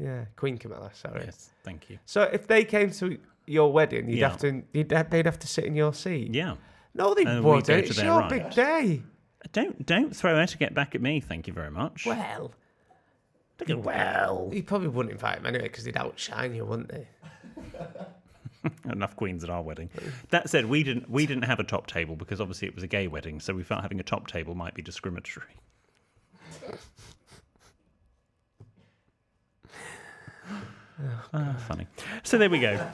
Speaker 3: Yeah, Queen Camilla, sorry.
Speaker 1: yes thank you
Speaker 3: So if they came to your wedding, you'd
Speaker 1: Yeah.
Speaker 3: have to, you'd, have- they'd have to sit in your seat.
Speaker 1: yeah
Speaker 3: No, they
Speaker 1: And we
Speaker 3: wouldn't.
Speaker 1: go to
Speaker 3: It's
Speaker 1: their
Speaker 3: your
Speaker 1: right.
Speaker 3: big day.
Speaker 1: don't don't throw etiquette back at me thank you very much
Speaker 3: Well,
Speaker 1: Look at- well
Speaker 3: you probably wouldn't invite him anyway because they'd outshine you, wouldn't they?
Speaker 1: enough queens at our wedding. That said, we didn't we didn't have a top table because obviously it was a gay wedding, so we felt having a top table might be discriminatory. Ah, funny. So there we go.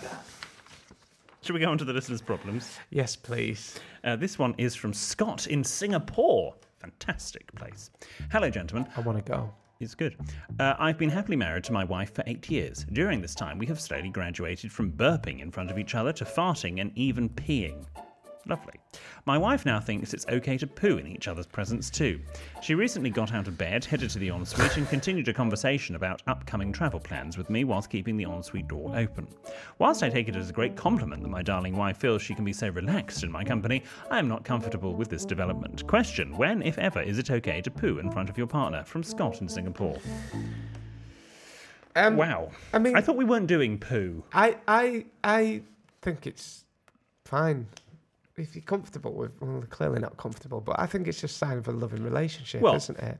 Speaker 1: Should we go on to the listeners' problems?
Speaker 3: Yes, please.
Speaker 1: Uh, this one is from Scott in Singapore. Fantastic place. Hello, gentlemen.
Speaker 3: I want to go.
Speaker 1: It's good. Uh, I've been happily married to my wife for eight years. During this time, we have slowly graduated from burping in front of each other to farting and even peeing. Lovely. My wife now thinks it's okay to poo in each other's presence too. She recently got out of bed, headed to the ensuite, and continued a conversation about upcoming travel plans with me whilst keeping the ensuite door open. Whilst I take it as a great compliment that my darling wife feels she can be so relaxed in my company, I am not comfortable with this development. Question When, if ever, is it okay to poo in front of your partner? From Scott in Singapore.
Speaker 3: Um,
Speaker 1: Wow.
Speaker 3: I mean-
Speaker 1: I thought we weren't doing poo.
Speaker 3: I, I, I think it's fine. If you're comfortable with, well, clearly not comfortable, but I think it's just sign of a loving relationship,
Speaker 1: Well-
Speaker 3: isn't it?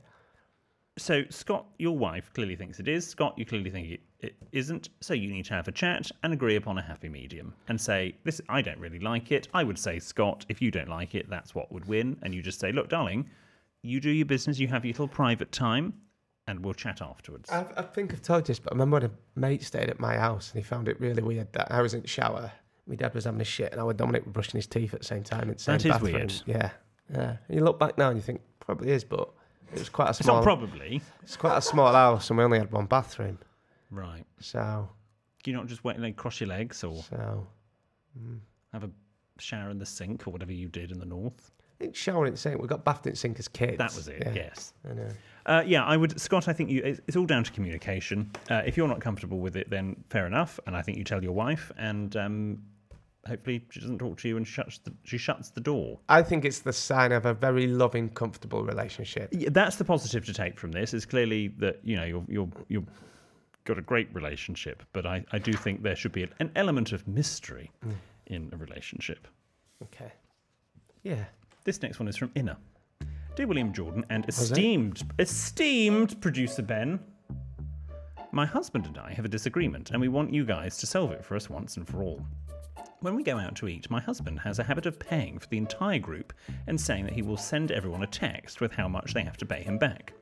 Speaker 1: So, Scott, your wife clearly thinks it is. Scott, you clearly think it, it isn't. So, you need to have a chat and agree upon a happy medium and say, This, I don't really like it. I would say, Scott, if you don't like it, that's what would win. And you just say, Look, darling, you do your business, you have your little private time, and we'll chat afterwards.
Speaker 3: I, I think I've told you this, but I remember when a mate stayed at my house and he found it really weird that I was in the shower, my dad was having a shit, and I was Dominic were brushing his teeth at the same time. In the same
Speaker 1: That is
Speaker 3: bathroom.
Speaker 1: weird.
Speaker 3: Yeah, yeah. And you look back now and you think probably is, but it was quite a
Speaker 1: it's
Speaker 3: small.
Speaker 1: not probably.
Speaker 3: It's quite a small house, and we only had one bathroom.
Speaker 1: Right.
Speaker 3: So,
Speaker 1: Do you not just wait and like, cross your legs or
Speaker 3: so
Speaker 1: have a shower in the sink or whatever you did in the north?
Speaker 3: I think showering in the sink. We got bathed in the sink as kids.
Speaker 1: That was it,
Speaker 3: Yeah.
Speaker 1: yes.
Speaker 3: I know.
Speaker 1: Uh, yeah, I would, Scott. I think you, it's, it's all down to communication. Uh, if you're not comfortable with it, then fair enough. And I think you tell your wife, and um, hopefully she doesn't talk to you and shuts the, she shuts the door.
Speaker 3: I think it's the sign of a very loving, comfortable relationship.
Speaker 1: Yeah, that's the positive to take from this. Is clearly that you know you're you're you've got a great relationship, but I, I do think there should be an element of mystery in a relationship.
Speaker 3: Okay. Yeah.
Speaker 1: This next one is from Inner. Dear William Jordan and esteemed, esteemed producer Ben, my husband and I have a disagreement, and we want you guys to solve it for us once and for all. When we go out to eat, my husband has a habit of paying for the entire group and saying that he will send everyone a text with how much they have to pay him back.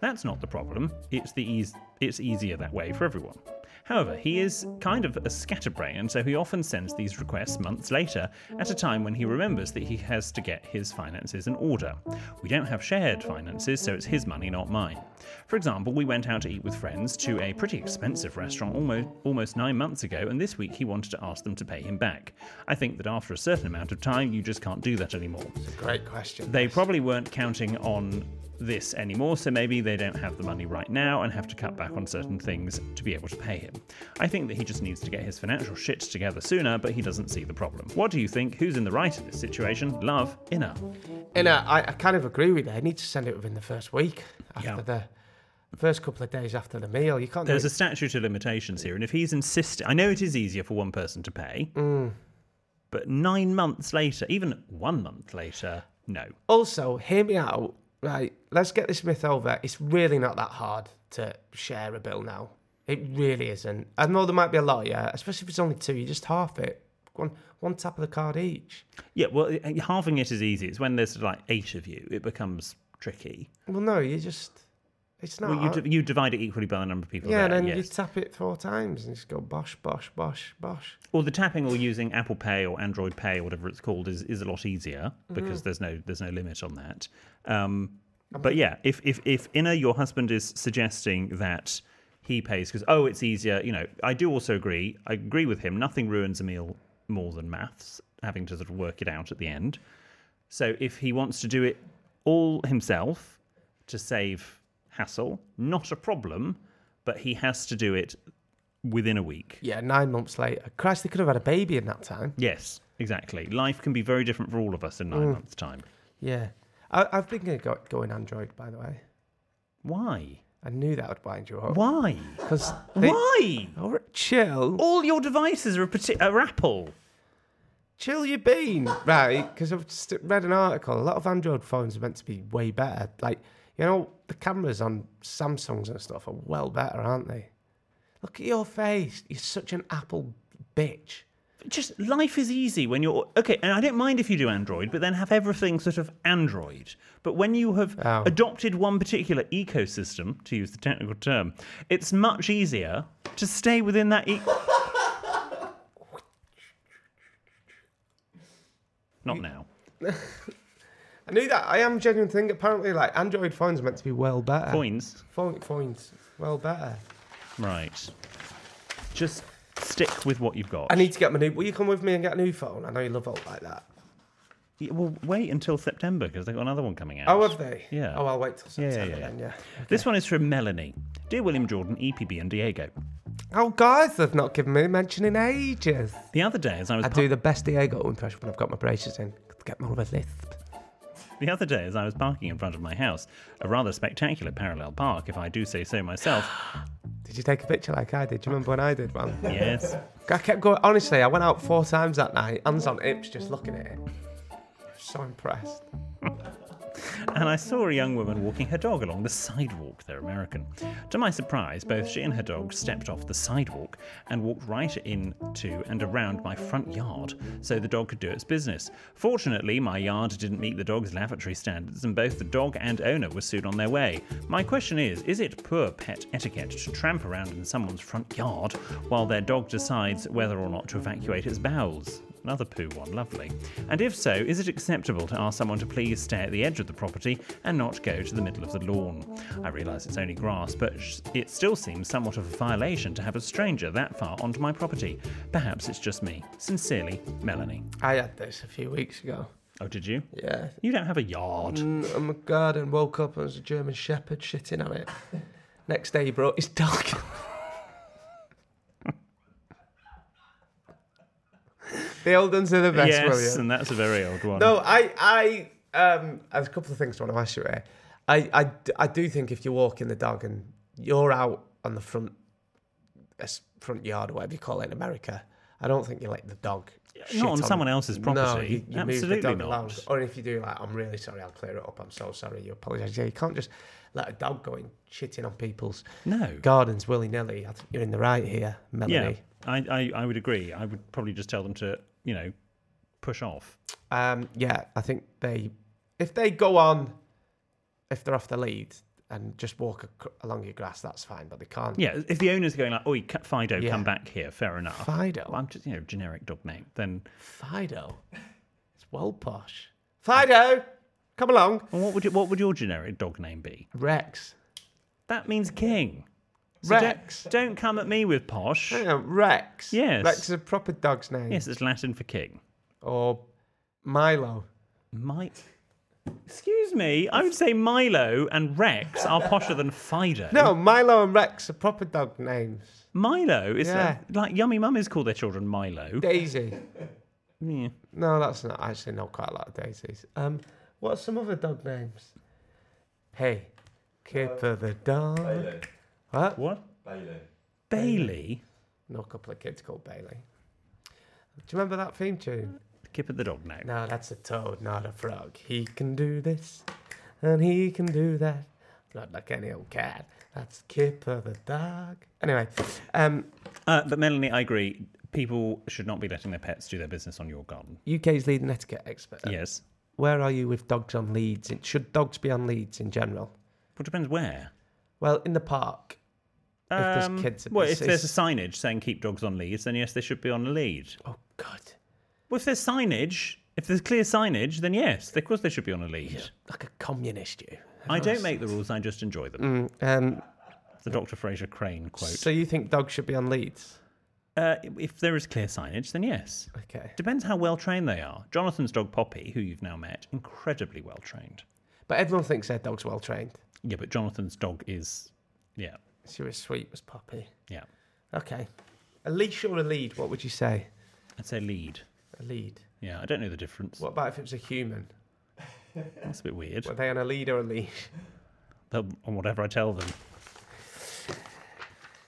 Speaker 1: That's not the problem. It's the eas it's easier that way for everyone. However, he is kind of a scatterbrain, and so he often sends these requests months later at a time when he remembers that he has to get his finances in order. We don't have shared finances, so it's his money, not mine. For example, we went out to eat with friends to a pretty expensive restaurant almost almost 9 months ago, and this week he wanted to ask them to pay him back. I think that after a certain amount of time, you just can't do that anymore
Speaker 3: Great question.
Speaker 1: they probably weren't counting on this anymore, so maybe they don't have the money right now and have to cut back on certain things to be able to pay him. I think that he just needs to get his financial shit together sooner, but he doesn't see the problem. What do you think? Who's in the right in this situation? Love, inner.
Speaker 3: And uh, I, I kind of agree with that. I need to send it within the first week after
Speaker 1: Yeah.
Speaker 3: the first couple of days after the meal. You can't. do
Speaker 1: There's a
Speaker 3: it-
Speaker 1: statute of limitations here, and if he's insisting, I know it is easier for one person to pay, but nine months later, even one month later, no.
Speaker 3: Also, hear me out. Right, let's get this myth over. It's really not that hard to share a bill now. It really isn't. I know there might be a lot, yeah. Especially if it's only two, you just half it. One one tap of the card each.
Speaker 1: Yeah, well, halving it is easy. It's when there's like eight of you, it becomes tricky.
Speaker 3: Well, no, you just. It's not.
Speaker 1: Well, you,
Speaker 3: hard.
Speaker 1: di- you divide it equally by the number of people.
Speaker 3: yeah, and
Speaker 1: there,
Speaker 3: then you
Speaker 1: yes.
Speaker 3: tap it four times and just go bosh, bosh, bosh, bosh.
Speaker 1: Well, the tapping or using Apple Pay or Android Pay or whatever it's called is, is a lot easier because there's no there's no limit on that. Um, but yeah, if if if Inna, your husband is suggesting that he pays because oh, it's easier. You know, I do also agree. I agree with him. Nothing ruins a meal more than maths, having to sort of work it out at the end. So if he wants to do it all himself to save hassle, not a problem. But he has to do it within a week.
Speaker 3: Yeah, nine months later. Christ, they could have had a baby in that time.
Speaker 1: Yes, exactly. Life can be very different for all of us in nine months' time.
Speaker 3: Yeah. I, I've been going go, going Android, by the way.
Speaker 1: Why?
Speaker 3: I knew that would wind you up.
Speaker 1: Why?
Speaker 3: Because
Speaker 1: Why?
Speaker 3: Oh, chill.
Speaker 1: All your devices are, a parti- are Apple.
Speaker 3: Chill your bean. Right, because I've just read an article. A lot of Android phones are meant to be way better. Like, you know, the cameras on Samsungs and stuff are well better, aren't they? Look at your face. You're such an Apple bitch.
Speaker 1: Just life is easy when you're okay, and I don't mind if you do Android, but then have everything sort of Android. But when you have
Speaker 3: Oh.
Speaker 1: adopted one particular ecosystem, to use the technical term, it's much easier to stay within that. E- Not now.
Speaker 3: I knew that. I am a genuine thing. Apparently, like, Android phones are meant to be well better.
Speaker 1: Coins.
Speaker 3: Phone, phones, well better.
Speaker 1: Right. Just stick with what you've got.
Speaker 3: I need to get my new. Will you come with me and get a new phone? I know you love old like that.
Speaker 1: Yeah, well, wait until September because they've got another one coming out.
Speaker 3: Oh, have they?
Speaker 1: Yeah.
Speaker 3: Oh, I'll wait till
Speaker 1: Yeah, yeah,
Speaker 3: September
Speaker 1: yeah.
Speaker 3: then. Yeah.
Speaker 1: This one is from Melanie. Dear William Jordan, EPB and Diego.
Speaker 3: Oh, guys, they've not given me a mention in ages.
Speaker 1: The other day, as I was
Speaker 3: I
Speaker 1: pa-
Speaker 3: do the best Diego impression when I've got my braces in. to Get more of a lisp.
Speaker 1: the other day, as I was parking in front of my house, a rather spectacular parallel park, if I do say so myself,
Speaker 3: Did you take a picture like I did? Do you remember when I did one?
Speaker 1: Yes.
Speaker 3: I kept going. Honestly, I went out four times that night, hands on hips, just looking at it. So impressed.
Speaker 1: and I saw a young woman walking her dog along the sidewalk. They're American. To my surprise, both she and her dog stepped off the sidewalk and walked right into and around my front yard so the dog could do its business. Fortunately, my yard didn't meet the dog's lavatory standards, and both the dog and owner were soon on their way. My question is is it poor pet etiquette to tramp around in someone's front yard while their dog decides whether or not to evacuate its bowels? Another poo one, lovely. And if so, is it acceptable to ask someone to please stay at the edge of the property and not go to the middle of the lawn? I realise it's only grass, but sh- it still seems somewhat of a violation to have a stranger that far onto my property. Perhaps it's just me. Sincerely, Melanie.
Speaker 3: I had this a few weeks ago.
Speaker 1: Oh, did you?
Speaker 3: Yeah.
Speaker 1: You don't have a yard.
Speaker 3: In my garden, woke up and was a German shepherd shitting on it. Next day, he brought his dog. the old ones are the best, William.
Speaker 1: yes, and that's a very old one.
Speaker 3: No, I, I, um, there's a couple of things I want to ask you here. I, I, I do think if you're walking the dog and you're out on the front, s- front yard, or whatever you call it in America, I don't think you let the dog. shit
Speaker 1: on someone else's property.
Speaker 3: No, you, you move
Speaker 1: Absolutely
Speaker 3: the dog
Speaker 1: not.
Speaker 3: along. Or if you do, like, I'm really sorry, I'll clear it up. I'm so sorry, you apologise. Yeah, you can't just let a dog go in shitting on people's
Speaker 1: No.
Speaker 3: gardens willy nilly. I think you're in the right here, Melanie.
Speaker 1: yeah, I, I, I would agree. I would probably just tell them to, you know, push off.
Speaker 3: Um, yeah, I think they, if they go on, if they're off the lead and just walk ac- along your grass, that's fine. But they can't.
Speaker 1: Yeah, if the owner's going like, "Oi, c- Fido,
Speaker 3: Yeah.
Speaker 1: come back here," fair enough.
Speaker 3: Fido?
Speaker 1: Well, I'm just you know generic dog name. Then,
Speaker 3: Fido, it's well posh. Fido, come along.
Speaker 1: well, what would you, what would your generic dog name be?
Speaker 3: Rex.
Speaker 1: That means king. So
Speaker 3: Rex.
Speaker 1: Don't, don't come at me with posh.
Speaker 3: Hang on, Rex.
Speaker 1: Yes.
Speaker 3: Rex is a proper dog's name.
Speaker 1: Yes, it's Latin for king.
Speaker 3: Or Milo.
Speaker 1: Mike. Excuse me, I would say Milo and Rex are posher than Fido.
Speaker 3: No, Milo and Rex are proper dog names.
Speaker 1: Milo is
Speaker 3: Yeah.
Speaker 1: uh, like yummy mummies call their children Milo.
Speaker 3: Daisy.
Speaker 1: Yeah.
Speaker 3: No, that's not actually not quite a lot of daisies. Um, what are some other dog names? Hey, Kipper the dog. What?
Speaker 1: What? Bailey. Bailey.
Speaker 3: No, a couple of kids called Bailey. Do you remember that theme tune?
Speaker 1: Kip at the dog now.
Speaker 3: No, that's a toad, not a frog. He can do this, and he can do that. Not like any old cat. That's Kipper the dog. Anyway, um,
Speaker 1: Uh, but Melanie, I agree. People should not be letting their pets do their business on your garden.
Speaker 3: UK's leading etiquette expert.
Speaker 1: yes.
Speaker 3: Where are you with dogs on leads? It- Should dogs be on leads in general?
Speaker 1: Well, it depends where.
Speaker 3: Well, in the park. If there's kids at
Speaker 1: Um, well,
Speaker 3: the
Speaker 1: if there's a
Speaker 3: sis-
Speaker 1: signage saying keep dogs on leads, then yes, they should be on a lead.
Speaker 3: Oh God!
Speaker 1: Well, if there's signage, if there's clear signage, then yes, of course they should be on a lead.
Speaker 3: Like a communist, you.
Speaker 1: I don't make the rules; I just enjoy them.
Speaker 3: Um,
Speaker 1: It's the Dr. Fraser Crane quote.
Speaker 3: so you think dogs should be on leads?
Speaker 1: uh, if there is clear signage, then yes.
Speaker 3: Okay.
Speaker 1: Depends how well trained they are. Jonathan's dog Poppy, who you've now met, incredibly well trained.
Speaker 3: But everyone thinks their dog's well trained.
Speaker 1: Yeah, but Jonathan's dog is, yeah,
Speaker 3: She was sweet as Poppy.
Speaker 1: yeah.
Speaker 3: Okay. A leash or a lead? What would you say?
Speaker 1: I'd say lead.
Speaker 3: A lead.
Speaker 1: Yeah, I don't know the difference.
Speaker 3: What about if it was a human?
Speaker 1: That's a bit weird.
Speaker 3: Were they on a lead or a leash?
Speaker 1: They'll- on whatever I tell them.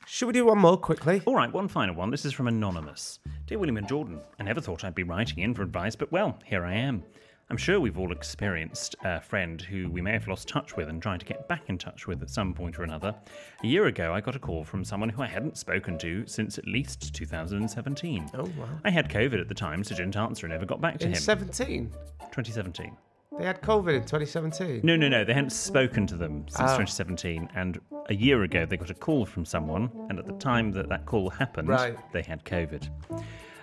Speaker 3: Should we do one more quickly?
Speaker 1: All right, one final one. This is from Anonymous. Dear William and Jordan, I never thought I'd be writing in for advice, but well, here I am. I'm sure we've all experienced a friend who we may have lost touch with and tried to get back in touch with at some point or another. A year ago, I got a call from someone who I hadn't spoken to since at least 2017. Oh, wow. I had COVID at the time, so didn't answer and never got back to
Speaker 3: In
Speaker 1: him.
Speaker 3: 17?
Speaker 1: 2017.
Speaker 3: They had COVID in 2017.
Speaker 1: No, no, no. They hadn't spoken to them since
Speaker 3: Ah.
Speaker 1: 2017. And a year ago, they got a call from someone. And at the time that that call happened,
Speaker 3: Right.
Speaker 1: they had COVID.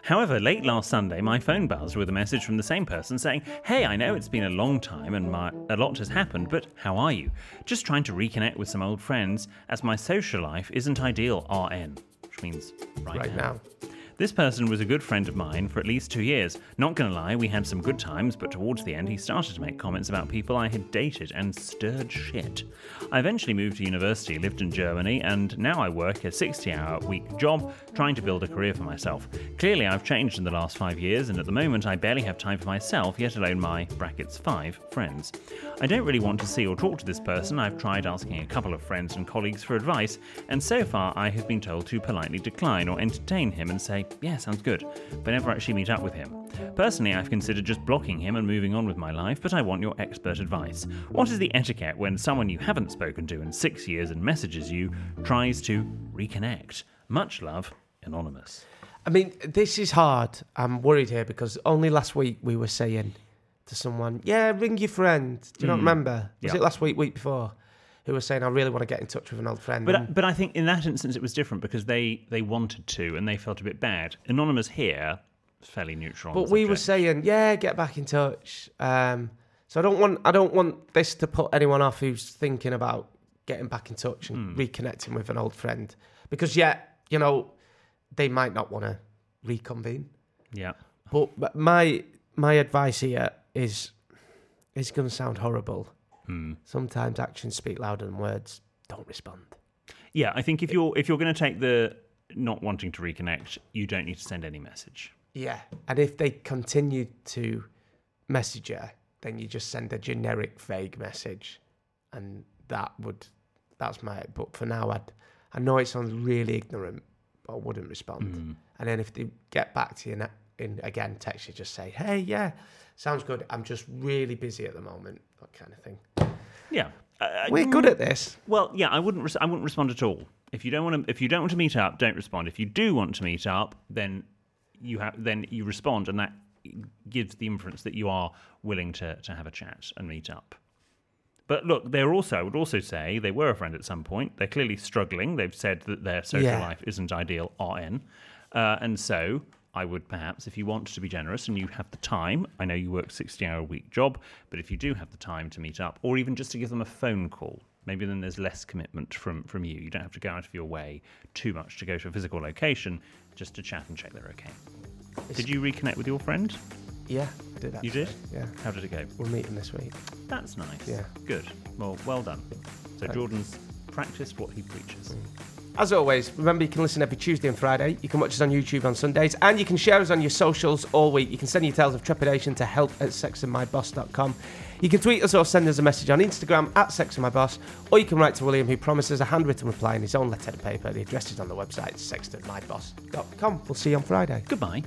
Speaker 1: However, late last Sunday, my phone buzzed with a message from the same person saying, Hey, I know it's been a long time and my, a lot has happened, but how are you? Just trying to reconnect with some old friends as my social life isn't ideal, RN, which means right,
Speaker 3: Right now.
Speaker 1: This person was a good friend of mine for at least two years. Not gonna lie, we had some good times, but towards the end, he started to make comments about people I had dated and stirred shit. I eventually moved to university, lived in Germany, and now I work a 60 hour week job trying to build a career for myself. Clearly, I've changed in the last five years, and at the moment, I barely have time for myself, yet alone my brackets five friends. I don't really want to see or talk to this person. I've tried asking a couple of friends and colleagues for advice, and so far, I have been told to politely decline or entertain him and say, yeah, sounds good, but never actually meet up with him. Personally, I've considered just blocking him and moving on with my life, but I want your expert advice. What is the etiquette when someone you haven't spoken to in six years and messages you tries to reconnect? Much love, Anonymous.
Speaker 3: I mean, this is hard. I'm worried here because only last week we were saying to someone, "Yeah, ring your friend." Do you not remember? Was
Speaker 1: Hmm. Yeah.
Speaker 3: it last week, week before? Who was saying, "I really want to get in touch with an old friend."
Speaker 1: But uh,
Speaker 3: And
Speaker 1: but I think in that instance it was different because they they wanted to and they felt a bit bad. Anonymous here fairly neutral. on
Speaker 3: But
Speaker 1: the
Speaker 3: we were
Speaker 1: subject.
Speaker 3: saying, yeah, get back in touch. Um, so I don't want I don't want this to put anyone off who's thinking about getting back in touch
Speaker 1: Hmm.
Speaker 3: and reconnecting with an old friend because yeah, you know, they might not want to reconvene.
Speaker 1: yeah.
Speaker 3: But, but my my advice here is it's going to sound horrible.
Speaker 1: Hmm.
Speaker 3: Sometimes actions speak louder than words. Don't respond.
Speaker 1: Yeah, I think if you're if you're going to take the not wanting to reconnect, you don't need to send any message.
Speaker 3: Yeah, and if they continue to message her, then you just send a generic vague message, and that would that's my. But for now, I'd I know it sounds really ignorant, but I wouldn't respond. And then if they get back to you and, and again text you, just say, "Hey, yeah, sounds good. I'm just really busy at the moment." That kind of thing.
Speaker 1: Yeah. Uh,
Speaker 3: We're good at this.
Speaker 1: Well, yeah, I wouldn't. Res- I wouldn't respond at all. If you don't want to, if you don't want to meet up, don't respond. If you do want to meet up, then you have, then you respond, and that gives the inference that you are willing to to have a chat and meet up. But look, they're also. I would also say they were a friend at some point. They're clearly struggling. They've said that their social
Speaker 3: Yeah.
Speaker 1: life isn't ideal. RN, uh, and so. I would perhaps, if you want to be generous and you have the time, I know you work 60 hour a week job, but if you do have the time to meet up or even just to give them a phone call, maybe then there's less commitment from, from you. You don't have to go out of your way too much to go to a physical location just to chat and check they're okay. Did you reconnect with your friend?
Speaker 3: Yeah, did that.
Speaker 1: You did?
Speaker 3: Yeah,
Speaker 1: How did it go?
Speaker 3: we're meeting this week.
Speaker 1: That's nice.
Speaker 3: Yeah.
Speaker 1: Good. Well, well done. So Jordan's practiced what he preaches.
Speaker 3: Mm. As always, remember you can listen every Tuesday and Friday. You can watch us on YouTube on Sundays, and you can share us on your socials all week. You can send your tales of trepidation to help at sexandmyboss.com. You can tweet us or send us a message on Instagram at sexandmyboss, or you can write to William, who promises a handwritten reply in his own letter to paper. The address is on the website sexandmyboss.com. We'll see you on Friday.
Speaker 1: Goodbye.